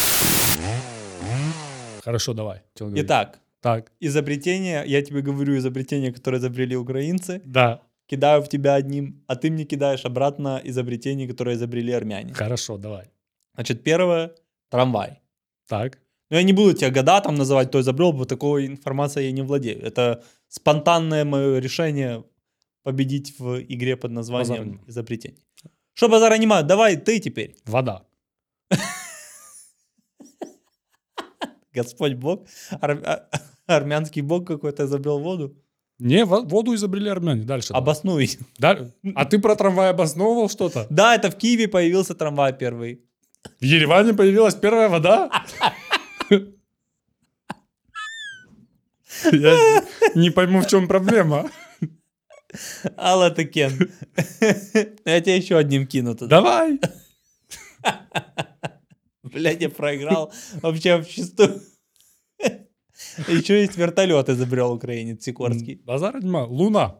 [SPEAKER 1] Хорошо, давай. Хотел говорить.
[SPEAKER 2] Итак,
[SPEAKER 1] Так.
[SPEAKER 2] изобретение, я тебе говорю изобретение, которое изобрели украинцы,
[SPEAKER 1] Да.
[SPEAKER 2] кидаю в тебя одним, а ты мне кидаешь обратно изобретение, которое изобрели армяне.
[SPEAKER 1] Хорошо, давай.
[SPEAKER 2] Значит, первое — трамвай.
[SPEAKER 1] Так.
[SPEAKER 2] Но я не буду тебе года там называть, кто изобрел, потому что такой информацией я не владею. Это спонтанное мое решение победить в игре под названием
[SPEAKER 1] Базар нет.
[SPEAKER 2] изобретение. Что базара нема? Давай ты теперь.
[SPEAKER 1] Вода.
[SPEAKER 2] Господь Бог. Ар- а- армянский Бог какой-то изобрел воду.
[SPEAKER 1] Не, во- воду изобрели армяне. Дальше. давай.
[SPEAKER 2] Обоснуй.
[SPEAKER 1] Да? А ты про трамвай обосновывал что-то?
[SPEAKER 2] Да, это в Киеве появился трамвай первый.
[SPEAKER 1] В Ереване появилась первая вода? Я не пойму, в чем проблема.
[SPEAKER 2] Алла Текен. Я тебя еще одним кину туда.
[SPEAKER 1] Давай.
[SPEAKER 2] Блядь, я проиграл вообще в чистую. Еще есть вертолет изобрел украинец Сикорский.
[SPEAKER 1] Базар тьма. Луна.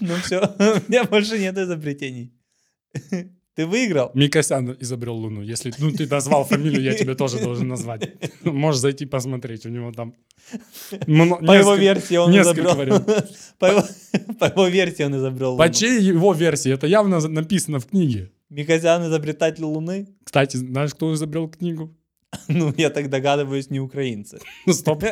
[SPEAKER 2] Ну все, у меня больше нет изобретений. Ты выиграл?
[SPEAKER 1] Микосян изобрел Луну. Если ну, ты назвал фамилию, я тебе тоже должен назвать. Можешь зайти посмотреть. У него там... мно-
[SPEAKER 2] По его
[SPEAKER 1] несколько-
[SPEAKER 2] версии он
[SPEAKER 1] несколько
[SPEAKER 2] изобрел.
[SPEAKER 1] вариантов.
[SPEAKER 2] По его- по его версии он изобрел
[SPEAKER 1] По
[SPEAKER 2] Луну.
[SPEAKER 1] чьей его версии? Это явно за- написано в книге.
[SPEAKER 2] Микозян изобретатель Луны?
[SPEAKER 1] Кстати, знаешь, кто изобрел книгу?
[SPEAKER 2] Ну, я так догадываюсь, не украинцы.
[SPEAKER 1] Ну, Стоп.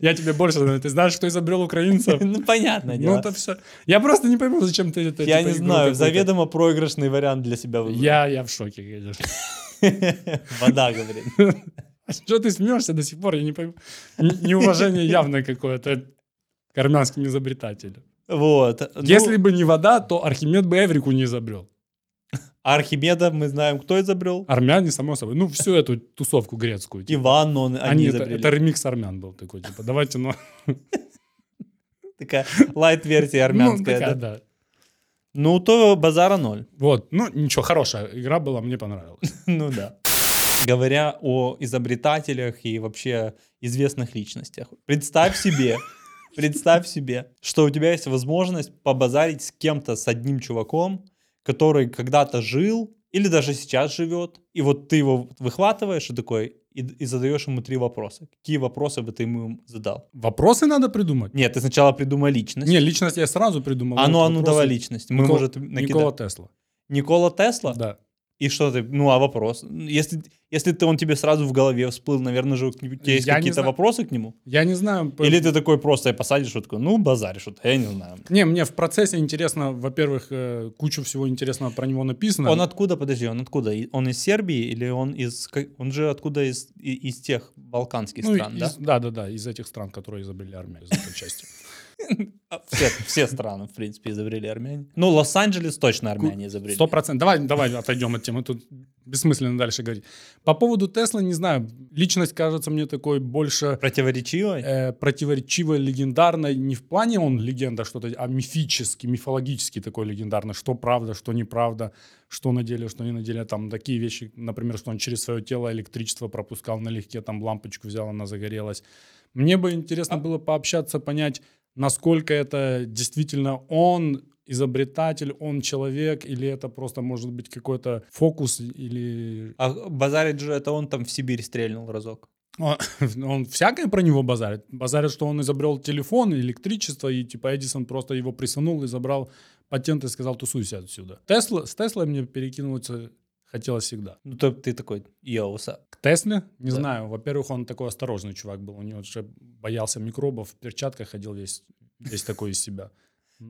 [SPEAKER 1] Я тебе больше знаю. Ты знаешь, кто изобрел украинцев?
[SPEAKER 2] Ну, понятно,
[SPEAKER 1] Ну,
[SPEAKER 2] дело.
[SPEAKER 1] это все. Я просто не пойму, зачем ты это...
[SPEAKER 2] Я
[SPEAKER 1] типа,
[SPEAKER 2] не
[SPEAKER 1] игру
[SPEAKER 2] знаю,
[SPEAKER 1] какую-то.
[SPEAKER 2] заведомо проигрышный вариант для себя выбрал.
[SPEAKER 1] Я, я в шоке, конечно.
[SPEAKER 2] Вода, говорит.
[SPEAKER 1] Что ты смеешься до сих пор? Я не пойму. Н- Неуважение явное какое-то к армянским изобретателям.
[SPEAKER 2] Вот. Ну,
[SPEAKER 1] Если бы не вода, то Архимед бы Эврику не изобрел.
[SPEAKER 2] А Архимеда мы знаем, кто изобрел.
[SPEAKER 1] Армяне, само собой. Ну, всю эту тусовку грецкую. типа.
[SPEAKER 2] Иван, он, они,
[SPEAKER 1] Они, это,
[SPEAKER 2] изобрели.
[SPEAKER 1] это ремикс армян был такой, типа, давайте, ну...
[SPEAKER 2] Такая лайт-версия армянская.
[SPEAKER 1] ну, такая,
[SPEAKER 2] да.
[SPEAKER 1] да.
[SPEAKER 2] Ну, то базара ноль.
[SPEAKER 1] Вот, ну, ничего, хорошая игра была, мне понравилась.
[SPEAKER 2] Ну да. Говоря о изобретателях и вообще известных личностях, представь себе, представь себе, что у тебя есть возможность побазарить с кем-то, с одним чуваком, который когда-то жил или даже сейчас живет, и вот ты его выхватываешь и такой, и, и задаешь ему три вопроса. Какие вопросы бы ты ему задал?
[SPEAKER 1] Вопросы надо придумать.
[SPEAKER 2] Нет, ты сначала придумай личность.
[SPEAKER 1] Не, личность я сразу придумал.
[SPEAKER 2] а ну,
[SPEAKER 1] Вот
[SPEAKER 2] а ну
[SPEAKER 1] вопросы.
[SPEAKER 2] давай личность. Мы,
[SPEAKER 1] Никола-
[SPEAKER 2] может,
[SPEAKER 1] Никола
[SPEAKER 2] накидаем.
[SPEAKER 1] Тесла.
[SPEAKER 2] Никола Тесла?
[SPEAKER 1] Да.
[SPEAKER 2] И что ты? Ну, а вопрос? Если, если ты, он тебе сразу в голове всплыл, наверное же, у тебя есть
[SPEAKER 1] Я не
[SPEAKER 2] какие-то
[SPEAKER 1] знаю.
[SPEAKER 2] вопросы к нему?
[SPEAKER 1] Я не знаю... по-
[SPEAKER 2] Или ты такой просто посадишь, вот такой, ну, базаришь, вот, я не знаю.
[SPEAKER 1] Не, мне в процессе интересно, во-первых, э, кучу всего интересного про него написано.
[SPEAKER 2] Он откуда, подожди, он откуда? И- Он из Сербии или он из... ка- Он же откуда из, и- из тех балканских
[SPEAKER 1] Ну,
[SPEAKER 2] стран, да?
[SPEAKER 1] из- да? Да, да, из этих стран, которые изобрели армию из этой части.
[SPEAKER 2] А, Все, все страны, в принципе, изобрели армяне. Ну, Лос-Анджелес точно армяне изобрели.
[SPEAKER 1] Сто процентов. Давай, давай отойдем от темы, тут бессмысленно дальше говорить. По поводу Теслы, не знаю, личность кажется мне такой больше
[SPEAKER 2] Противоречиво?
[SPEAKER 1] э, противоречивой, легендарной, не в плане он легенда что-то, а мифический, мифологический такой легендарный, что правда, что неправда, что на деле, что не на деле, там такие вещи, например, что он через свое тело электричество пропускал налегке, там лампочку взял, она загорелась. Мне бы интересно было пообщаться, понять, насколько это действительно он изобретатель, он человек, или это просто может быть какой-то фокус, или
[SPEAKER 2] А базарить же это он там в Сибирь стрельнул разок.
[SPEAKER 1] он, он всякое про него базарит. Базарит, что он изобрел телефон, электричество, и типа Эдисон просто его присунул и забрал патент и сказал, тусуйся отсюда. Тесла, с Теслой мне перекинуться хотелось всегда.
[SPEAKER 2] Ну, то ты такой, йоу, са-
[SPEAKER 1] К Тесле? Не
[SPEAKER 2] Да.
[SPEAKER 1] знаю. Во-первых, он такой осторожный чувак был. У него же боялся микробов, в перчатках ходил весь, весь такой из себя.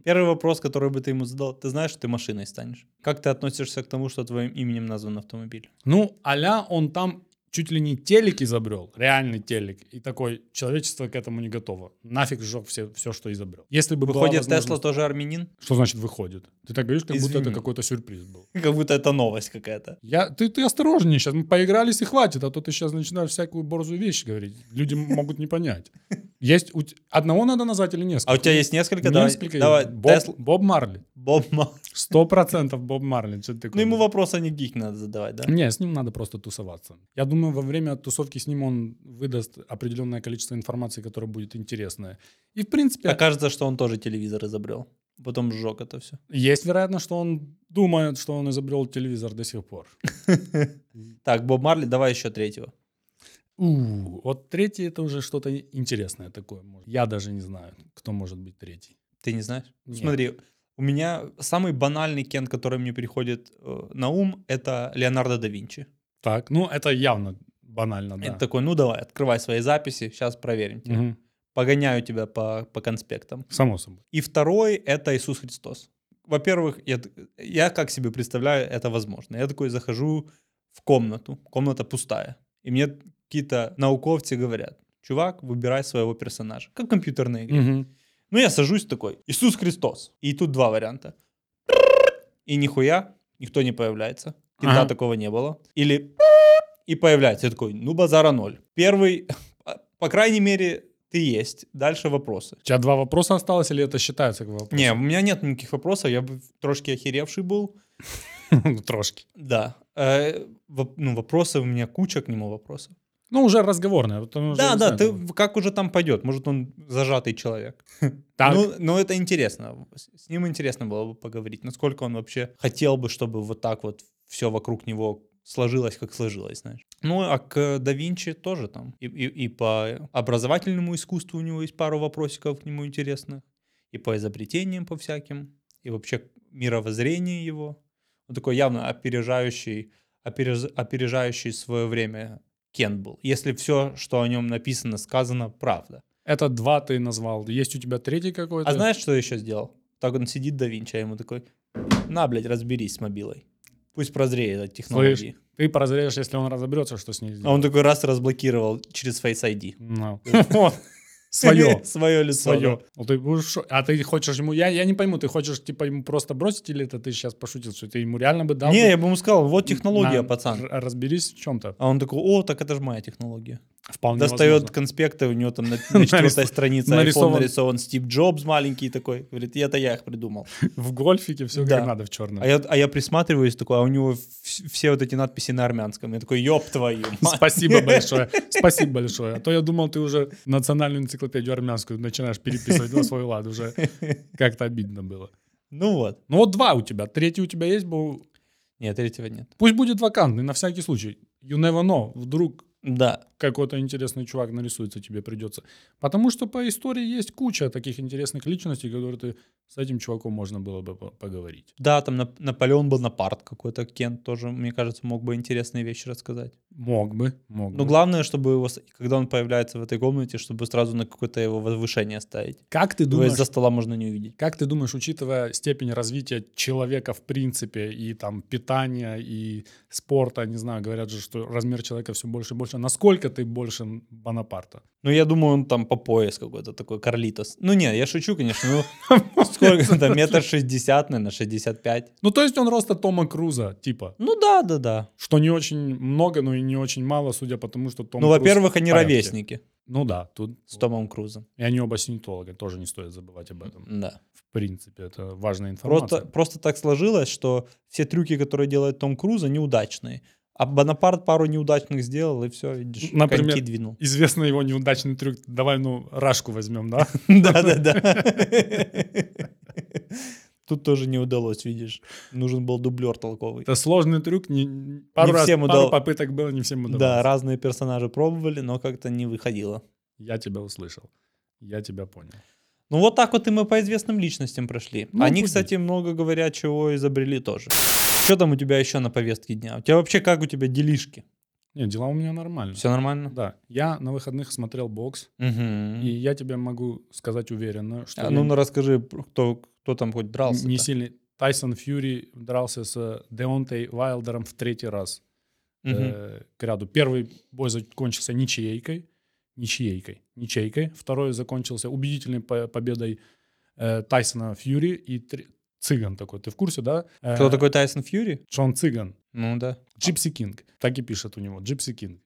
[SPEAKER 2] Первый вопрос, который бы ты ему задал, ты знаешь, что ты машиной станешь? Как ты относишься к тому, что твоим именем назван автомобиль?
[SPEAKER 1] Ну, а он там чуть ли не телек изобрел, реальный телек, и такой, человечество к этому не готово. Нафиг сжег все, все что изобрел. Если бы была
[SPEAKER 2] Выходит, Тесла
[SPEAKER 1] возможность-
[SPEAKER 2] тоже армянин?
[SPEAKER 1] Что значит выходит? Ты так говоришь, как будто
[SPEAKER 2] Извини.
[SPEAKER 1] это какой-то сюрприз был.
[SPEAKER 2] Как будто это новость какая-то.
[SPEAKER 1] Я, ты, ты осторожнее сейчас, мы поигрались и хватит, а то ты сейчас начинаешь всякую борзую вещь говорить. Люди могут не понять. Есть у т- одного надо назвать или несколько?
[SPEAKER 2] А у тебя есть несколько? Давай,
[SPEAKER 1] Несколько.
[SPEAKER 2] Давай,
[SPEAKER 1] Боб,
[SPEAKER 2] Тесла,
[SPEAKER 1] Боб Марли.
[SPEAKER 2] Боб Ма-
[SPEAKER 1] Сто процентов Боб Марли. Чё ты
[SPEAKER 2] Ну,
[SPEAKER 1] такой?
[SPEAKER 2] ему вопросы не гик надо задавать, да?
[SPEAKER 1] Не, с ним надо просто тусоваться. Я думаю, во время тусовки с ним он выдаст определенное количество информации, которая будет интересная. И, в принципе,
[SPEAKER 2] Окажется, А что он тоже телевизор изобрел. Потом сжег это все.
[SPEAKER 1] есть вероятность, что он думает, что он изобрел телевизор до сих пор.
[SPEAKER 2] Так, Боб Марли, давай еще третьего.
[SPEAKER 1] У, вот третий это уже что-то интересное такое. может. Я даже не знаю, кто может быть третий.
[SPEAKER 2] Ты не знаешь?
[SPEAKER 1] Нет.
[SPEAKER 2] Смотри, у меня самый банальный кен, который мне приходит э, на ум, это Леонардо да Винчи.
[SPEAKER 1] Так, ну это явно банально, да.
[SPEAKER 2] Это такой, ну давай, открывай свои записи, сейчас проверим. тебя.
[SPEAKER 1] Мгм.
[SPEAKER 2] погоняю тебя по, по конспектам.
[SPEAKER 1] Само собой.
[SPEAKER 2] И второй — это Иисус Христос. Во-первых, я, т- я как себе представляю, это возможно. Я такой захожу в комнату, комната пустая, и мне какие-то науковцы говорят, чувак, выбирай своего персонажа, как в компьютерной игре.
[SPEAKER 1] Мгм.
[SPEAKER 2] Ну, я сажусь такой, Иисус Христос. И тут два варианта. И нихуя, никто не появляется. Всегда
[SPEAKER 1] Ага.
[SPEAKER 2] такого не было. Или и появляется. Я такой, ну, базара ноль. Первый, а, по крайней мере, ты есть. Дальше вопросы.
[SPEAKER 1] У тебя два вопроса осталось, или это считается как вопрос?
[SPEAKER 2] Не, у меня нет никаких вопросов, я бы трошки охеревший был.
[SPEAKER 1] ну, трошки.
[SPEAKER 2] Да. Э, воп- ну, вопросы у меня куча к нему вопросов.
[SPEAKER 1] Ну, уже разговорное. вот он уже
[SPEAKER 2] Да,
[SPEAKER 1] не
[SPEAKER 2] да,
[SPEAKER 1] знает
[SPEAKER 2] ты
[SPEAKER 1] этого.
[SPEAKER 2] в- как уже там пойдет? Может, он зажатый человек.
[SPEAKER 1] Так,
[SPEAKER 2] Ну, но это интересно. С с ним интересно было бы поговорить, насколько он вообще хотел бы, чтобы вот так вот все вокруг него сложилось, как сложилось, знаешь. Ну, а к да Винчи тоже там. И, и- и по образовательному искусству у него есть пару вопросиков к нему интересных, и по изобретениям по всяким, и вообще мировоззрение его. Он такой явно опережающий, опереж- опережающий свое время Кен был. Если все, что о нем написано, сказано, правда.
[SPEAKER 1] это два ты назвал. Есть у тебя третий какой-то?
[SPEAKER 2] А знаешь, что я еще сделал? Так он сидит до Винча, а ему такой, на, блядь, разберись с мобилой. Пусть прозреет от технологии.
[SPEAKER 1] Слышь, ты прозреешь, если он разобрется, что с ней
[SPEAKER 2] А
[SPEAKER 1] сделать.
[SPEAKER 2] он такой раз разблокировал через Face ID.
[SPEAKER 1] Ну. Вот. Свое.
[SPEAKER 2] Свое лицо.
[SPEAKER 1] Свое.
[SPEAKER 2] да.
[SPEAKER 1] Ты будешь шо- а ты хочешь ему... Я, я не пойму, ты хочешь типа ему просто бросить или это ты сейчас пошутил, что ты ему реально бы дал... бы
[SPEAKER 2] Не, я бы ему сказал, вот технология,
[SPEAKER 1] на-
[SPEAKER 2] пацан.
[SPEAKER 1] р- Разберись в чем-то.
[SPEAKER 2] А он такой, о, так это же моя технология.
[SPEAKER 1] Вполне
[SPEAKER 2] Достает
[SPEAKER 1] возможно.
[SPEAKER 2] конспекты, у него там на, на четвертой
[SPEAKER 1] Нарисован-
[SPEAKER 2] странице
[SPEAKER 1] нарисован.
[SPEAKER 2] iPhone нарисован Стив Джобс маленький такой. Говорит, это я их придумал.
[SPEAKER 1] В гольфике все
[SPEAKER 2] Да.
[SPEAKER 1] как надо в черном.
[SPEAKER 2] А я, а я присматриваюсь такой, а у него вс- все вот эти надписи на армянском. Я такой, ёб твою мать».
[SPEAKER 1] Спасибо большое. Спасибо большое. А то я думал, ты уже национальную энциклопедию армянскую начинаешь переписывать на свой лад. Уже как-то обидно было.
[SPEAKER 2] Ну вот.
[SPEAKER 1] Ну вот два у тебя. Третий у тебя есть был.
[SPEAKER 2] Нет, третьего нет.
[SPEAKER 1] Пусть будет вакантный, на всякий случай. You never know. Вдруг
[SPEAKER 2] Да.
[SPEAKER 1] какой-то интересный чувак нарисуется, тебе придется. Потому что по истории есть куча таких интересных личностей, которые ты с этим чуваком можно было бы по- поговорить.
[SPEAKER 2] Да, там Нап- Наполеон Бонапарт какой-то, Кент тоже, мне кажется, мог бы интересные вещи рассказать.
[SPEAKER 1] Мог бы, мог
[SPEAKER 2] Но
[SPEAKER 1] бы.
[SPEAKER 2] главное, чтобы его, с- когда он появляется в этой комнате, чтобы сразу на какое-то его возвышение ставить.
[SPEAKER 1] Как ты
[SPEAKER 2] Его
[SPEAKER 1] думаешь,
[SPEAKER 2] из-за стола можно не увидеть.
[SPEAKER 1] Как ты думаешь, учитывая степень развития человека в принципе и там питания и спорта, не знаю, говорят же, что размер человека все больше и больше, насколько ты больше Бонапарта?
[SPEAKER 2] Ну, я думаю, он там по пояс какой-то такой, Карлитос. Ну, не, я шучу, конечно, ну, сколько там, метр шестьдесят, наверное, шестьдесят пять.
[SPEAKER 1] Ну, то есть он роста Тома Круза, типа,
[SPEAKER 2] Ну, да, да, да.
[SPEAKER 1] что не очень много, но и не очень мало, судя по тому, что Том
[SPEAKER 2] Ну,
[SPEAKER 1] Круз
[SPEAKER 2] во-первых,
[SPEAKER 1] в
[SPEAKER 2] они
[SPEAKER 1] порядке.
[SPEAKER 2] ровесники
[SPEAKER 1] Ну да, тут...
[SPEAKER 2] с Томом Крузом.
[SPEAKER 1] И они оба синетолога, тоже не стоит забывать об этом.
[SPEAKER 2] Да.
[SPEAKER 1] В принципе, это важная информация.
[SPEAKER 2] Просто, просто так сложилось, что все трюки, которые делает Том Круз, они удачные. А Бонапарт пару неудачных сделал, и все, видишь,
[SPEAKER 1] Например?
[SPEAKER 2] коньки двинул.
[SPEAKER 1] Известный его неудачный трюк, давай, ну, рашку возьмем, да?
[SPEAKER 2] Да-да-да. Тут тоже не удалось, видишь. Нужен был дублер толковый.
[SPEAKER 1] Это сложный трюк, не, пару, раз,
[SPEAKER 2] всем
[SPEAKER 1] пару
[SPEAKER 2] удал-
[SPEAKER 1] попыток было, не всем удалось.
[SPEAKER 2] Да, разные персонажи пробовали, но как-то не выходило.
[SPEAKER 1] Я тебя услышал. Я тебя понял.
[SPEAKER 2] Ну вот так вот и мы по известным личностям прошли.
[SPEAKER 1] Ну,
[SPEAKER 2] Они,
[SPEAKER 1] пусть
[SPEAKER 2] кстати, много говоря, чего изобрели тоже. Что там у тебя еще на повестке дня? У тебя вообще как у тебя делишки?
[SPEAKER 1] Нет, дела у меня нормально.
[SPEAKER 2] Все нормально?
[SPEAKER 1] Да. Я на выходных смотрел бокс,
[SPEAKER 2] Мгм.
[SPEAKER 1] и я тебе могу сказать уверенно, что
[SPEAKER 2] А,
[SPEAKER 1] я
[SPEAKER 2] ну, ну расскажи, про- кто, кто там хоть дрался.
[SPEAKER 1] не сильный. Тайсон Фьюри дрался с Деонтей Вайлдером в третий раз э, к ряду. Первый бой закончился ничейкой. Ничейкой. Ничейкой. Второй закончился убедительной по- победой э, Тайсона Фьюри и тре- Цыган такой. Ты в курсе, да? Э,
[SPEAKER 2] Кто такой Тайсон Фьюри?
[SPEAKER 1] Джон Цыган.
[SPEAKER 2] Ну да.
[SPEAKER 1] Джипси Кинг. Так и пишет у него. Джипси Кинг.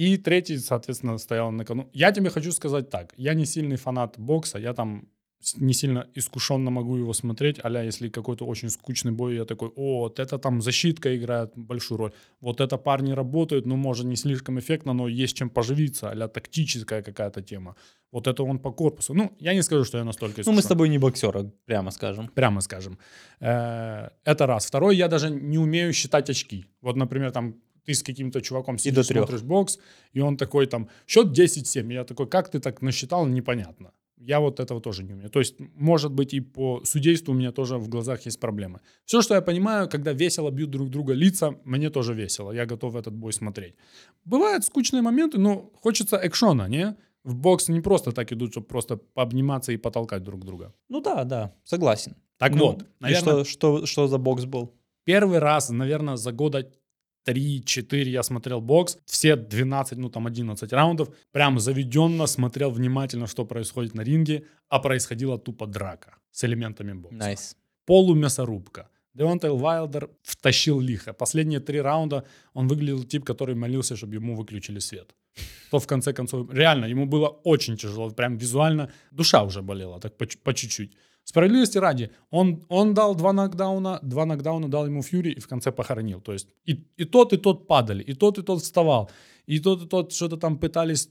[SPEAKER 1] И третий, соответственно, стоял на кону. Я тебе хочу сказать так. Я не сильный фанат бокса. Я там с- не сильно искушенно могу его смотреть. Аля, если какой-то очень скучный бой, я такой, о, вот это там защитка играет большую роль. Вот это парни работают, ну, может, не слишком эффектно, но есть чем поживиться. Аля тактическая какая-то тема. Вот это он по корпусу. Ну, я не скажу, что я настолько
[SPEAKER 2] Ну, мы с
[SPEAKER 1] искушен
[SPEAKER 2] тобой не боксеры, прямо скажем.
[SPEAKER 1] прямо скажем. Э, Это раз. Второе, я даже не умею считать очки. Вот, например, там ты с каким-то чуваком
[SPEAKER 2] до
[SPEAKER 1] сидишь,
[SPEAKER 2] трёх.
[SPEAKER 1] смотришь бокс, и он такой там, счет 10-7. Я такой, как ты так насчитал, непонятно. Я вот этого тоже не умею. То есть, может быть, и по судейству у меня тоже в глазах есть проблемы. Все, что я понимаю, когда весело бьют друг друга лица, мне тоже весело. Я готов этот бой смотреть. Бывают скучные моменты, но хочется экшона, не? В бокс не просто так идут, чтобы просто пообниматься и потолкать друг друга.
[SPEAKER 2] Ну да, да, согласен.
[SPEAKER 1] Так
[SPEAKER 2] Ну,
[SPEAKER 1] вот,
[SPEAKER 2] и
[SPEAKER 1] наверное,
[SPEAKER 2] что, что, что за бокс был?
[SPEAKER 1] первый раз, наверное, за года 3-4 я смотрел бокс. Все 12, ну там 11 раундов. Прям заведенно смотрел внимательно, что происходит на ринге. А происходила тупо драка с элементами бокса.
[SPEAKER 2] Найс.
[SPEAKER 1] Полумясорубка. Девонтел Вайлдер втащил лихо. Последние три раунда он выглядел тип, который молился, чтобы ему выключили свет. То в конце концов, реально, ему было очень тяжело. Прям визуально душа уже болела, так по, чу- по чуть-чуть. Справедливости ради, он, он дал два нокдауна, два нокдауна дал ему Фьюри и в конце похоронил. То есть и, и тот, и тот падали, и тот, и тот вставал, и тот, и тот что-то там пытались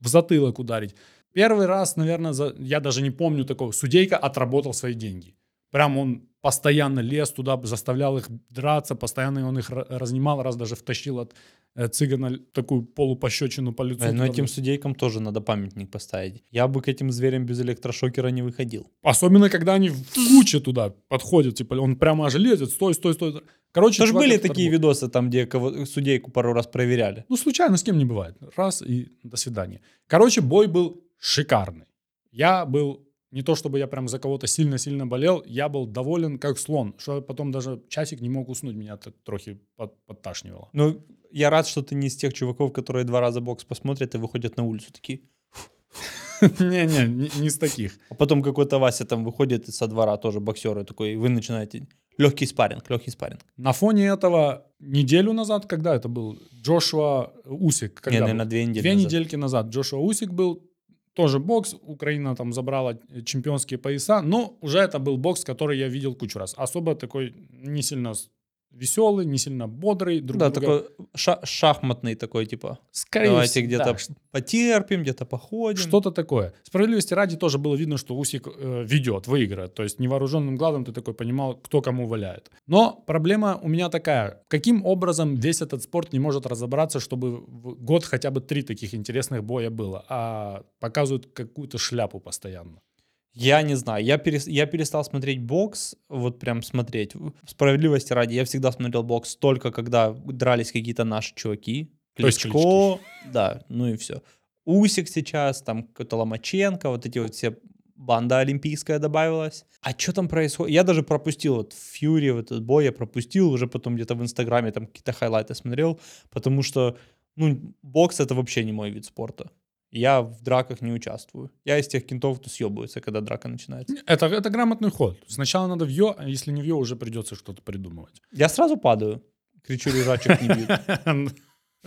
[SPEAKER 1] в затылок ударить. Первый раз, наверное, за- я даже не помню такого, судейка отработал свои деньги. Прям он постоянно лез туда, заставлял их драться, постоянно он их ра- разнимал, раз даже втащил от э, Цыгана такую полупощечину по лицу.
[SPEAKER 2] Э, Но
[SPEAKER 1] Туда,
[SPEAKER 2] этим
[SPEAKER 1] блин.
[SPEAKER 2] судейкам тоже надо памятник поставить. Я бы к этим зверям без электрошокера не выходил.
[SPEAKER 1] Особенно, когда они в куче туда подходят, типа он прямо аж лезет, стой, стой, стой. Короче,
[SPEAKER 2] Тоже
[SPEAKER 1] чувак
[SPEAKER 2] были
[SPEAKER 1] этот
[SPEAKER 2] такие
[SPEAKER 1] отработал.
[SPEAKER 2] видосы, там, где кого- судейку пару раз проверяли.
[SPEAKER 1] Ну, случайно с кем не бывает. Раз и до свидания. Короче, бой был шикарный. Я был, не то чтобы я прям за кого-то сильно-сильно болел, я был доволен как слон, что я потом даже часик не мог уснуть, меня это трохи под- подташнивало.
[SPEAKER 2] Ну, я рад, что ты не из тех чуваков, которые два раза бокс посмотрят и выходят на улицу такие.
[SPEAKER 1] Не-не, не- не с таких.
[SPEAKER 2] А потом какой-то Вася там выходит со двора, тоже боксер, и такой, и вы начинаете легкий спарринг, легкий спарринг.
[SPEAKER 1] На фоне этого неделю назад, когда это был, Джошуа Усик. Когда
[SPEAKER 2] Не,
[SPEAKER 1] был?
[SPEAKER 2] наверное, две недели
[SPEAKER 1] Две
[SPEAKER 2] назад.
[SPEAKER 1] недельки назад Джошуа Усик был, тоже бокс, Украина там забрала э, чемпионские пояса, но уже это был бокс, который я видел кучу раз. Особо такой не сильно с- веселый, не сильно бодрый. Друг
[SPEAKER 2] Да,
[SPEAKER 1] друга-
[SPEAKER 2] такой ша- шахматный такой, типа,
[SPEAKER 1] Скорее
[SPEAKER 2] давайте
[SPEAKER 1] всего,
[SPEAKER 2] где-то
[SPEAKER 1] да, ш-
[SPEAKER 2] потерпим, где-то походим.
[SPEAKER 1] что-то такое. Справедливости ради тоже было видно, что Усик э, ведет, выиграет. То есть невооруженным глазом ты такой понимал, кто кому валяет. Но проблема у меня такая. Каким образом весь этот спорт не может разобраться, чтобы в год хотя бы три таких интересных боя было, а показывают какую-то шляпу постоянно.
[SPEAKER 2] Я не знаю, я, перес- я перестал смотреть бокс, вот прям смотреть. Справедливости ради, я всегда смотрел бокс только когда дрались какие-то наши чуваки.
[SPEAKER 1] То есть
[SPEAKER 2] Кличко, да, ну и все. Усик сейчас, там какой-то Ломаченко, вот эти вот все банда олимпийская добавилась. А что там происходит? Я даже пропустил вот Фьюри, вот этот бой я пропустил, уже потом где-то в Инстаграме там какие-то хайлайты смотрел, потому что, ну, бокс это вообще не мой вид спорта. Я в драках не участвую. Я из тех кентов, кто съебывается, когда драка начинается.
[SPEAKER 1] Это, это грамотный ход. Сначала надо вьё, а если не вьё, уже придется что-то придумывать.
[SPEAKER 2] Я сразу падаю. Кричу, лежачек не бьют.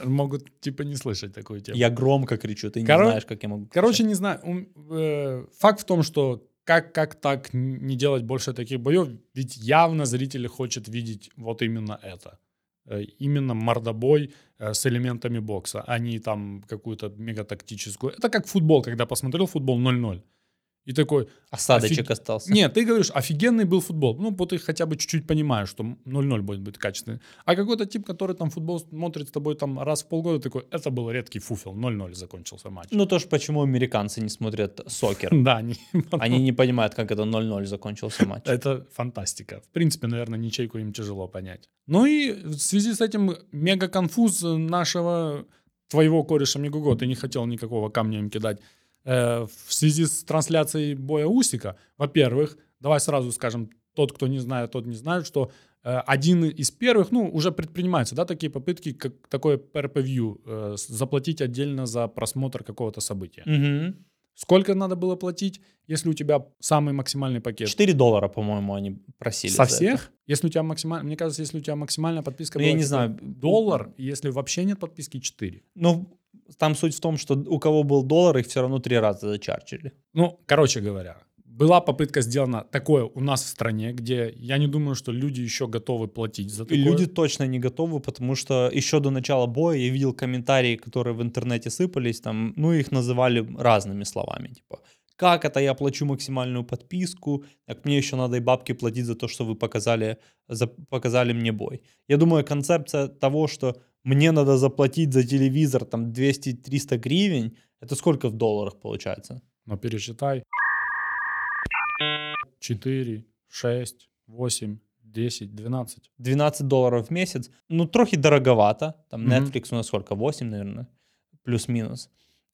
[SPEAKER 1] Могут типа не слышать такую тему.
[SPEAKER 2] Я громко кричу, ты не
[SPEAKER 1] Коро-
[SPEAKER 2] знаешь, как я могу кричать.
[SPEAKER 1] Короче, не знаю. ум- э, Факт в том, что как, как так н- не делать больше таких боев, ведь явно зритель хочет видеть вот именно это. Э, Именно мордобой э, с элементами бокса, а не там какую-то мегатактическую. Это как футбол, когда посмотрел футбол 0-0. И такой,
[SPEAKER 2] осадочек
[SPEAKER 1] офиг-
[SPEAKER 2] остался.
[SPEAKER 1] нет, ты говоришь, офигенный был футбол. Ну, вот ты хотя бы чуть-чуть понимаешь, что 0-0 будет, будет качественный. А какой-то тип, который там футбол смотрит с тобой там раз в полгода, такой, это был редкий фуфел, 0-0 закончился матч.
[SPEAKER 2] Ну то ж, почему американцы не смотрят сокер?
[SPEAKER 1] Да, они
[SPEAKER 2] Они не понимают, как это 0-0 закончился матч.
[SPEAKER 1] ну. Это фантастика. В принципе, наверное, ничейку им тяжело понять. Ну и в связи с этим мега-конфуз нашего твоего кореша Мегуго, ты не хотел никакого камня им кидать, Э, в связи с трансляцией боя Усика, во-первых, давай сразу скажем, тот, кто не знает, тот не знает, что э, один из первых, ну, уже предпринимаются, да, такие попытки, как такое pay-per-view, э, с- заплатить отдельно за просмотр какого-то события.
[SPEAKER 2] Мгм.
[SPEAKER 1] Сколько надо было платить, если у тебя самый максимальный пакет?
[SPEAKER 2] 4 доллара, по-моему, они просили.
[SPEAKER 1] Со
[SPEAKER 2] за это.
[SPEAKER 1] всех? Если у тебя максимально, мне кажется, если у тебя максимальная подписка,
[SPEAKER 2] Ну,
[SPEAKER 1] была
[SPEAKER 2] я не
[SPEAKER 1] типа
[SPEAKER 2] знаю.
[SPEAKER 1] доллар, если вообще нет подписки 4.
[SPEAKER 2] Ну, там суть в том, что у кого был доллар, их все равно три раза зачарчили.
[SPEAKER 1] Ну, короче говоря, была попытка сделана такое у нас в стране, где я не думаю, что люди еще готовы платить за
[SPEAKER 2] И
[SPEAKER 1] такое.
[SPEAKER 2] люди точно не готовы, потому что еще до начала боя я видел комментарии, которые в интернете сыпались, там, ну, их называли разными словами, типа, как это я плачу максимальную подписку, так мне еще надо и бабки платить за то, что вы показали, за, показали мне бой. Я думаю, концепция того, что мне надо заплатить за телевизор там 200-300 гривен, это сколько в долларах получается?
[SPEAKER 1] Но пересчитай. 4, 6, 8, 10, 12.
[SPEAKER 2] 12 долларов в месяц. Ну, трохи дороговато. Там
[SPEAKER 1] Мгм.
[SPEAKER 2] Netflix у нас сколько? 8, наверное. Плюс-минус.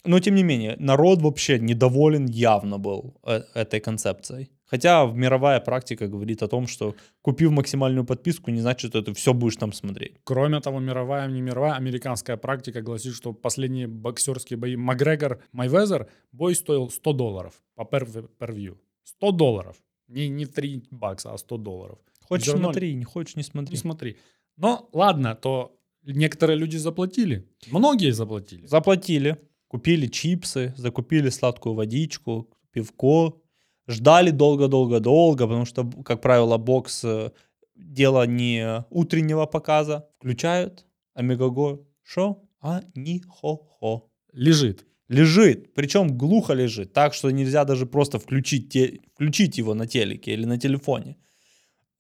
[SPEAKER 2] Но, тем не менее, народ вообще недоволен явно был э, этой концепцией. Хотя мировая практика говорит о том, что купив максимальную подписку, не значит, что ты все будешь там смотреть.
[SPEAKER 1] Кроме того, мировая, не мировая, американская практика гласит, что последние боксерские бои Макгрегор, Майвезер, бой стоил 100 долларов по первью. 100 долларов. Не, не 3 бакса, а 100 долларов.
[SPEAKER 2] Хочешь
[SPEAKER 1] Всё равно
[SPEAKER 2] смотри, не хочешь не
[SPEAKER 1] Не
[SPEAKER 2] смотри.
[SPEAKER 1] смотри. Но ладно, то некоторые люди заплатили. Многие заплатили.
[SPEAKER 2] Заплатили, купили чипсы, закупили сладкую водичку, пивко, ждали долго-долго-долго, потому что, как правило, бокс э, дело не утреннего показа. Включают, а Мегаго шо? А ни хо-хо.
[SPEAKER 1] Лежит.
[SPEAKER 2] Лежит, причем глухо лежит, так что нельзя даже просто включить, те- включить его на телеке или на телефоне.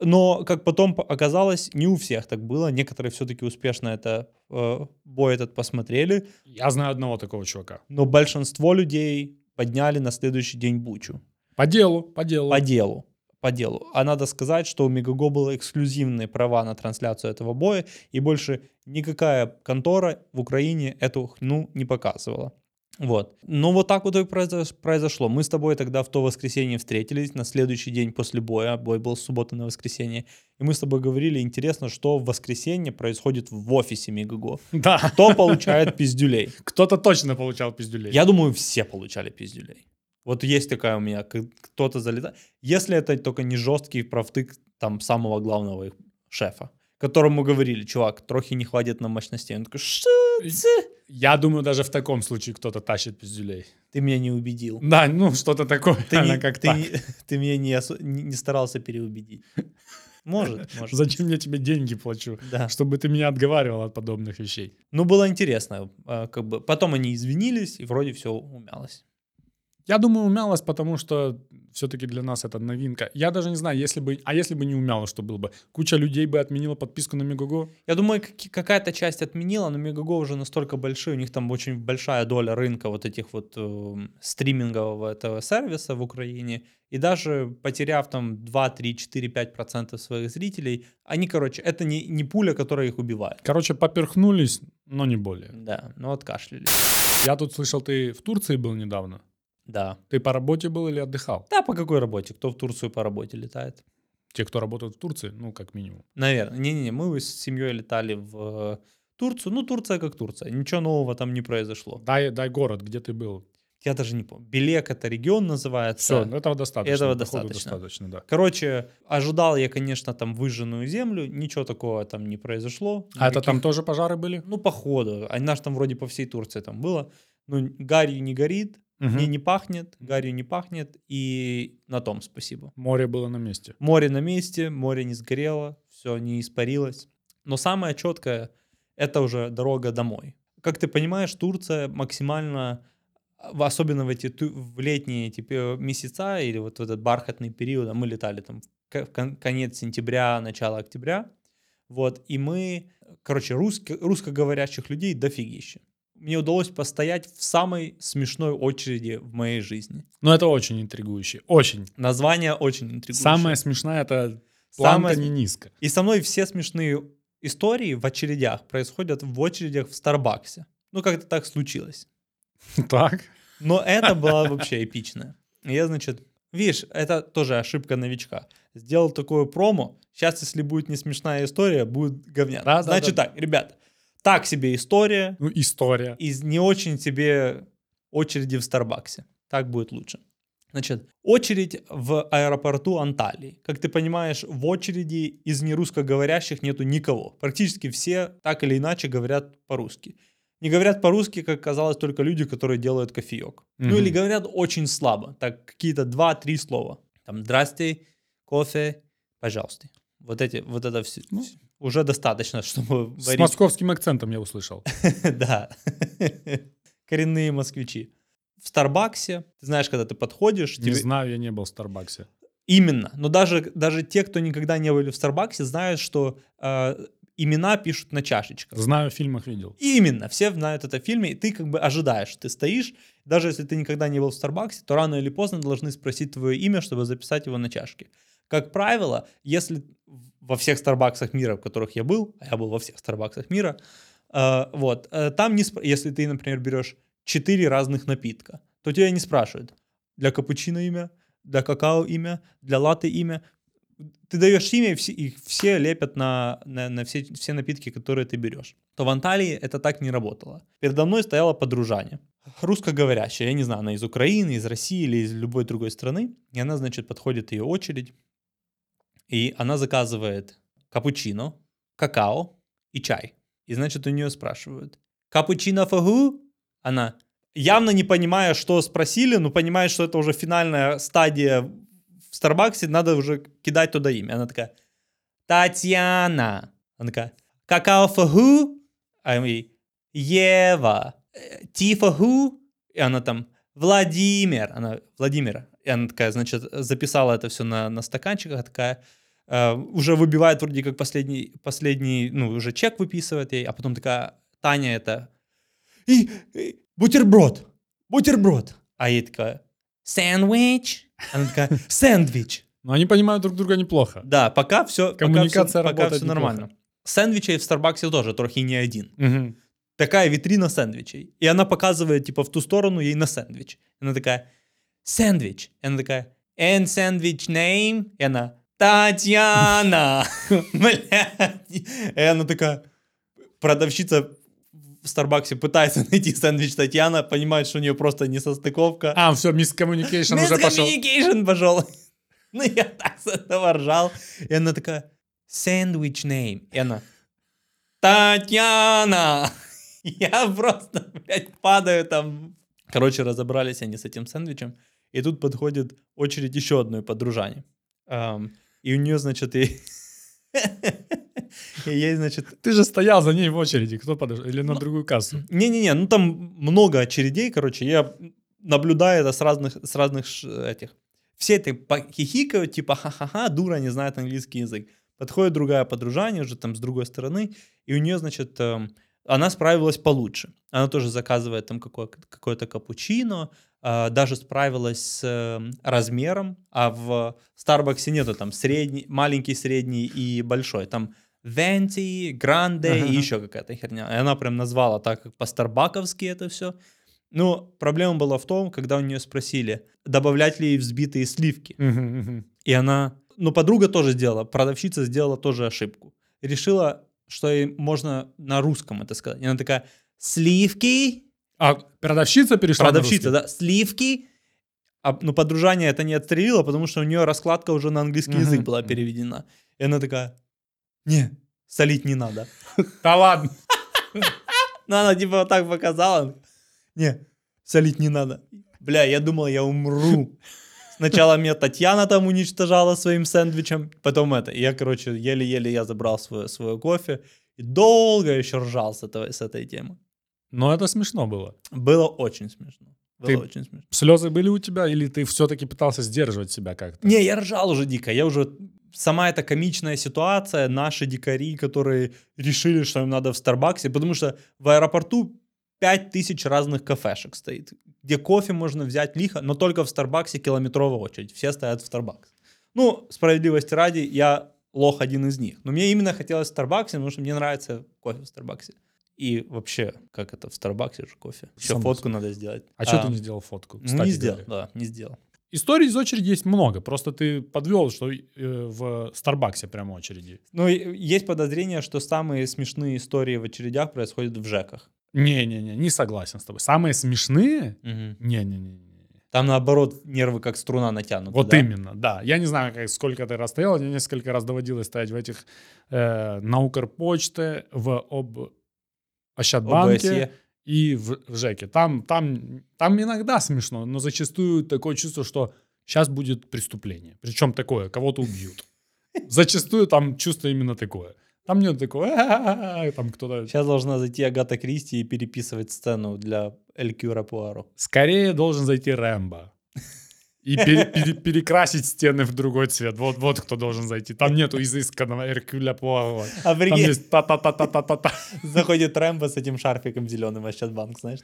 [SPEAKER 2] Но, как потом по- оказалось, не у всех так было. Некоторые все-таки успешно это, э, бой этот посмотрели.
[SPEAKER 1] Я знаю одного такого чувака.
[SPEAKER 2] Но большинство людей подняли на следующий день бучу.
[SPEAKER 1] По делу, по делу.
[SPEAKER 2] По делу. По делу. А надо сказать, что у Мегаго было эксклюзивные права на трансляцию этого боя, и больше никакая контора в Украине эту хну не показывала. Вот. Но вот так вот и произош- произошло. Мы с тобой тогда в то воскресенье встретились, на следующий день после боя, бой был с субботы на воскресенье, и мы с тобой говорили, интересно, что в воскресенье происходит в офисе Мегаго.
[SPEAKER 1] Да,
[SPEAKER 2] Кто получает пиздюлей?
[SPEAKER 1] кто-то точно получал пиздюлей.
[SPEAKER 2] Я думаю, все получали пиздюлей. Вот есть такая у меня, к- кто-то залетает. Если это только не жесткий правтык там самого главного их шефа, которому говорили, чувак, трохи не хватит на мощности. Он такой, что це?»
[SPEAKER 1] Я думаю, даже в таком случае кто-то тащит пиздюлей.
[SPEAKER 2] Ты меня не убедил.
[SPEAKER 1] Да, ну что-то такое.
[SPEAKER 2] Ты,
[SPEAKER 1] реально
[SPEAKER 2] не,
[SPEAKER 1] как
[SPEAKER 2] ты,
[SPEAKER 1] так.
[SPEAKER 2] не- ты меня не, осу- не- не старался переубедить. Может, может.
[SPEAKER 1] Зачем я тебе деньги плачу?
[SPEAKER 2] Да.
[SPEAKER 1] Чтобы ты меня отговаривал от подобных вещей.
[SPEAKER 2] Ну, было интересно. э, Как бы. Потом они извинились, и вроде все умялось.
[SPEAKER 1] Я думаю, умялось, потому что все-таки для нас это новинка. Я даже не знаю, если бы... А если бы не умялось, что было бы? Куча людей бы отменила подписку на Мегаго.
[SPEAKER 2] Я думаю, каки- какая-то часть отменила, но Мегаго уже настолько большие, у них там очень большая доля рынка вот этих вот эм, стримингового этого сервиса в Украине. И даже потеряв там 2, 3, 4, 5 процентов своих зрителей, они, короче, это не, не пуля, которая их убивает.
[SPEAKER 1] Короче, поперхнулись, но не более.
[SPEAKER 2] Да, ну откашляли.
[SPEAKER 1] Я тут слышал, ты в Турции был недавно.
[SPEAKER 2] Да.
[SPEAKER 1] Ты по работе был или отдыхал?
[SPEAKER 2] Да, по какой работе? Кто в Турцию по работе летает?
[SPEAKER 1] Те, кто работают в Турции, ну, как минимум.
[SPEAKER 2] Наверное. Не-не-не, мы с семьей летали в э, Турцию. Ну, Турция как Турция. Ничего нового там не произошло.
[SPEAKER 1] Дай, дай город, где ты был.
[SPEAKER 2] Я даже не помню. Белек это регион называется.
[SPEAKER 1] Все, этого достаточно. походу,
[SPEAKER 2] Этого достаточно.
[SPEAKER 1] достаточно, да.
[SPEAKER 2] Короче, ожидал я, конечно, там выжженную землю, ничего такого там не произошло.
[SPEAKER 1] А это там тоже пожары были?
[SPEAKER 2] Ну, походу. Она же там вроде по всей Турции там было. Ну, гарью не горит, не, не пахнет, гарью не пахнет, и на том спасибо.
[SPEAKER 1] Море было на месте.
[SPEAKER 2] Море на месте, море не сгорело, все не испарилось. Но самое четкое — это уже дорога домой. Как ты понимаешь, Турция максимально, в- особенно в эти ту- в летние эти пе- месяца или вот в этот бархатный период, а мы летали там в ко- в кон- конец сентября, начало октября, вот, и мы, короче, русск- русскоговорящих людей дофигище. Мне удалось постоять в самой смешной очереди в моей жизни.
[SPEAKER 1] Но это очень интригующе. Очень.
[SPEAKER 2] Название очень интригующее.
[SPEAKER 1] Самое смешное это
[SPEAKER 2] Самое
[SPEAKER 1] планта не низко.
[SPEAKER 2] И со мной все смешные истории в очередях происходят в очередях в Старбаксе. Ну, как-то так случилось.
[SPEAKER 1] Так.
[SPEAKER 2] Но это было вообще эпично. Я, значит, видишь, это тоже ошибка новичка. Сделал такое промо. Сейчас, если будет не смешная история, будет говня.
[SPEAKER 1] Да, да,
[SPEAKER 2] значит
[SPEAKER 1] да.
[SPEAKER 2] так, ребята, так себе история
[SPEAKER 1] Ну, история.
[SPEAKER 2] Э, из не очень тебе очереди в Старбаксе. Так будет лучше. Значит, очередь в аэропорту Анталии. Как ты понимаешь, в очереди из нерусскоговорящих нету никого. Практически все так или иначе говорят по-русски. Не говорят по-русски, как казалось, только люди, которые делают кофеек. Ну
[SPEAKER 1] Мгм.
[SPEAKER 2] или говорят очень слабо, так какие-то два-три слова. Там «здрасте», «кофе», «пожалуйста». Вот, эти, вот это все,
[SPEAKER 1] Ну.
[SPEAKER 2] уже достаточно, чтобы
[SPEAKER 1] С
[SPEAKER 2] варить
[SPEAKER 1] московским акцентом я услышал.
[SPEAKER 2] да. Коренные москвичи. В Старбаксе, ты знаешь, когда ты подходишь,
[SPEAKER 1] Не
[SPEAKER 2] тебе-
[SPEAKER 1] знаю, я не был в Старбаксе.
[SPEAKER 2] именно. Но даже, даже те, кто никогда не были в Старбаксе, знают, что э, имена пишут на чашечках.
[SPEAKER 1] Знаю, в фильмах видел.
[SPEAKER 2] Именно, все знают это в фильме, и ты как бы ожидаешь, ты стоишь, даже если ты никогда не был в Старбаксе, то рано или поздно должны спросить твое имя, чтобы записать его на чашке. Как правило, если во всех Старбаксах мира, в которых я был, а я был во всех Старбаксах мира, э, вот, э, там не спр- если ты, например, берешь 4 разных напитка, то тебя не спрашивают, для капучино имя, для какао имя, для латы имя. Ты даешь имя, и все, и все лепят на, на, на все, все напитки, которые ты берешь. То в Анталии это так не работало. Передо мной стояла подружаня, русскоговорящая, я не знаю, она из Украины, из России или из любой другой страны. И она, значит, подходит ее очередь, и она заказывает капучино, какао и чай. И, значит, у нее спрашивают, капучино фагу? Она, явно не понимая, что спросили, но понимает, что это уже финальная стадия в Старбаксе, надо уже кидать туда имя. Она такая, Татьяна. Она такая, какао фагу? А я ей, Ева. «Э, Ти фагу? И она там, Владимир. Она, Владимир. И она такая, значит, записала это все на, на стаканчиках, такая, э, уже выбивает вроде как последний, последний, ну, уже чек выписывает ей, а потом такая, Таня это, и, и бутерброд, бутерброд. А ей такая, сэндвич. Она такая, сэндвич.
[SPEAKER 1] Но они понимают друг друга неплохо.
[SPEAKER 2] Да, пока все,
[SPEAKER 1] Коммуникация
[SPEAKER 2] пока все,
[SPEAKER 1] работает неплохо.
[SPEAKER 2] нормально. Сэндвичей в Старбаксе тоже трохи не один.
[SPEAKER 1] Мгм.
[SPEAKER 2] такая витрина сэндвичей. И она показывает, типа, в ту сторону ей на сэндвич. Она такая, сэндвич. И она такая, and sandwich name. И она, Татьяна. Блядь. И она такая, продавщица в Старбаксе пытается найти сэндвич Татьяна, понимает, что у нее просто не состыковка.
[SPEAKER 1] А, все, мисс коммуникейшн уже пошел.
[SPEAKER 2] Miscommunication пошел. Ну, я так с этого ржал. И она такая, сэндвич name. И она, Татьяна. Я просто, блядь, падаю там. Короче, разобрались они с этим сэндвичем. И тут подходит очередь еще одной подружане. Ам, и у нее, значит, и... И ей, значит...
[SPEAKER 1] Ты же стоял за ней в очереди, кто подошел, или на другую кассу.
[SPEAKER 2] Не-не-не, ну там много очередей, короче. Я наблюдаю это с разных, с разных ш- этих все это хихикают, типа, ха-ха-ха, дура не знает английский язык. Подходит другая подружание уже там с другой стороны, и у нее, значит, эм, она справилась получше. Она тоже заказывает там какое- какое-то капучино, э, даже справилась с эм, размером, а в Старбаксе нету там средний, маленький, средний и большой. Там Venti, Grande и
[SPEAKER 1] Ага.
[SPEAKER 2] еще какая-то херня. И она прям назвала так, как по-старбаковски это все. Но проблема была в том, когда у нее спросили, добавлять ли ей взбитые сливки.
[SPEAKER 1] Мгм, мгм.
[SPEAKER 2] И она... Ну, подруга тоже сделала, продавщица сделала тоже ошибку. Решила, что ей можно на русском это сказать. И она такая, сливки?
[SPEAKER 1] А продавщица перешла на
[SPEAKER 2] Продавщица,
[SPEAKER 1] русский?
[SPEAKER 2] да, сливки? А, ну, подружание это не отстрелило, потому что у нее раскладка уже на английский
[SPEAKER 1] Мгм.
[SPEAKER 2] язык была переведена. И она такая, не, солить не надо.
[SPEAKER 1] Да ладно.
[SPEAKER 2] Ну, она типа вот так показала. Не, солить не надо. Бля, я думал, я умру. Сначала меня Татьяна там уничтожала своим сэндвичем, потом это. Я, короче, еле-еле я забрал свое, свое кофе и долго еще ржал с, этого, с этой темы.
[SPEAKER 1] Но это смешно было.
[SPEAKER 2] Было очень смешно. Было
[SPEAKER 1] Ты-
[SPEAKER 2] очень смешно.
[SPEAKER 1] Слезы были у тебя, или ты все-таки пытался сдерживать себя как-то?
[SPEAKER 2] Не, я ржал уже дико. Я уже... Сама эта комичная ситуация, наши дикари, которые решили, что им надо в Старбаксе, потому что в аэропорту 5000 разных кафешек стоит, где кофе можно взять лихо, но только в Старбаксе километровая очередь. Все стоят в Старбакс. Ну, справедливости ради, я лох один из них. Но мне именно хотелось в Старбаксе, потому что мне нравится кофе в Старбаксе. И вообще, как это в Старбаксе же кофе? Еще
[SPEAKER 1] Само
[SPEAKER 2] фотку надо сделать.
[SPEAKER 1] А что ты не сделал фотку?
[SPEAKER 2] ну,
[SPEAKER 1] кстати
[SPEAKER 2] не сделал,
[SPEAKER 1] говоря?
[SPEAKER 2] да, не сделал.
[SPEAKER 1] Историй из очереди есть много. Просто ты подвел, что э, в Старбаксе прямо очереди.
[SPEAKER 2] Ну, и есть подозрение, что самые смешные истории в очередях происходят в ЖЭКах.
[SPEAKER 1] Не-не-не, не согласен с тобой. Самые смешные? Не-не-не.
[SPEAKER 2] Там, наоборот, нервы как струна натянуты.
[SPEAKER 1] Вот
[SPEAKER 2] да?
[SPEAKER 1] именно, да. Я не знаю, как, сколько ты раз стоял. Мне несколько раз доводилось стоять в этих э, на Укрпочте, в об... Ощадбанке
[SPEAKER 2] ОБСЕ.
[SPEAKER 1] и в, в ЖЭКе. Там, там, там иногда смешно, но зачастую такое чувство, что сейчас будет преступление. Причем такое, кого-то убьют. Зачастую там чувство именно такое. Там нет такого, «А-а-а», там кто-то...
[SPEAKER 2] Сейчас должна зайти Агата Кристи и переписывать сцену для Эль Кюра Пуаро.
[SPEAKER 1] Скорее должен зайти Рэмбо. И пере- пере- перекрасить стены в другой цвет. Вот, вот кто должен зайти. Там нету изысканного Эркюля Пуаро.
[SPEAKER 2] А
[SPEAKER 1] Там
[SPEAKER 2] прикинь,
[SPEAKER 1] есть та-та-та-та-та-та.
[SPEAKER 2] заходит Рэмбо с этим шарфиком зеленым, а сейчас банк, знаешь.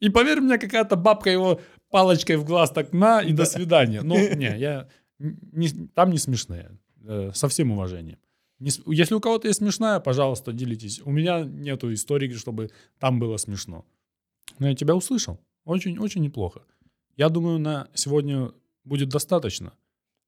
[SPEAKER 1] И поверь мне, какая-то бабка его палочкой в глаз так на и до свидания. Ну, не, я... не- там не смешные. Э, Со всем уважением. Не с- Если у кого-то есть смешная, пожалуйста, делитесь. У меня нету истории, чтобы там было смешно. Но я тебя услышал. Очень-очень неплохо. Я думаю, на сегодня будет достаточно.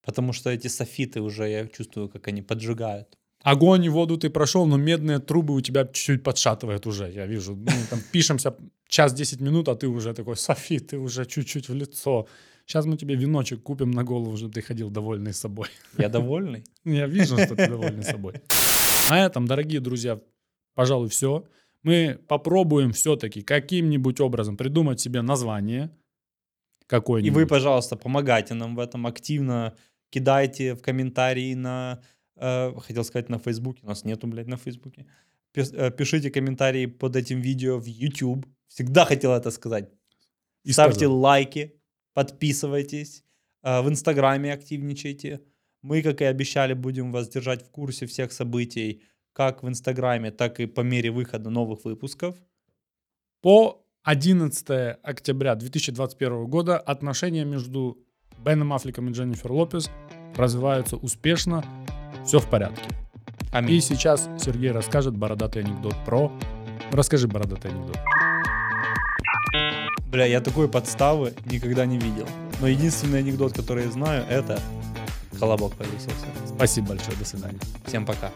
[SPEAKER 2] Потому что эти софиты уже, я чувствую, как они поджигают.
[SPEAKER 1] Огонь и воду ты прошел, но медные трубы у тебя чуть-чуть подшатывает уже, я вижу. Ну, там пишемся час 10 минут, а ты уже такой, Софи, ты уже чуть-чуть в лицо. Сейчас мы тебе веночек купим на голову, чтобы ты ходил довольный собой.
[SPEAKER 2] Я довольный.
[SPEAKER 1] Ну, Я вижу, что ты довольный собой. На этом, дорогие друзья, пожалуй, все. Мы попробуем все-таки каким-нибудь образом придумать себе название
[SPEAKER 2] И
[SPEAKER 1] какое-нибудь.
[SPEAKER 2] вы, пожалуйста, помогайте нам в этом активно. Кидайте в комментарии на... э, хотел сказать на Фейсбуке. Нас нету, блядь, на Фейсбуке. Пис- э, пишите комментарии под этим видео в YouTube. Всегда хотел это сказать.
[SPEAKER 1] И
[SPEAKER 2] Ставьте
[SPEAKER 1] сказал.
[SPEAKER 2] лайки, подписывайтесь. э, в Инстаграме активничайте. Мы, как и обещали, будем вас держать в курсе всех событий как в Инстаграме, так и по мере выхода новых выпусков.
[SPEAKER 1] По 11 октября 2021 года отношения между Беном Аффлеком и Дженнифер Лопес развиваются успешно. Все в порядке.
[SPEAKER 2] Аминь.
[SPEAKER 1] И сейчас Сергей расскажет бородатый анекдот про Расскажи бородатый анекдот.
[SPEAKER 2] Бля, я такой подставы никогда не видел. Но единственный анекдот, который я знаю, это колобок повесился.
[SPEAKER 1] Спасибо большое, до свидания.
[SPEAKER 2] Всем пока.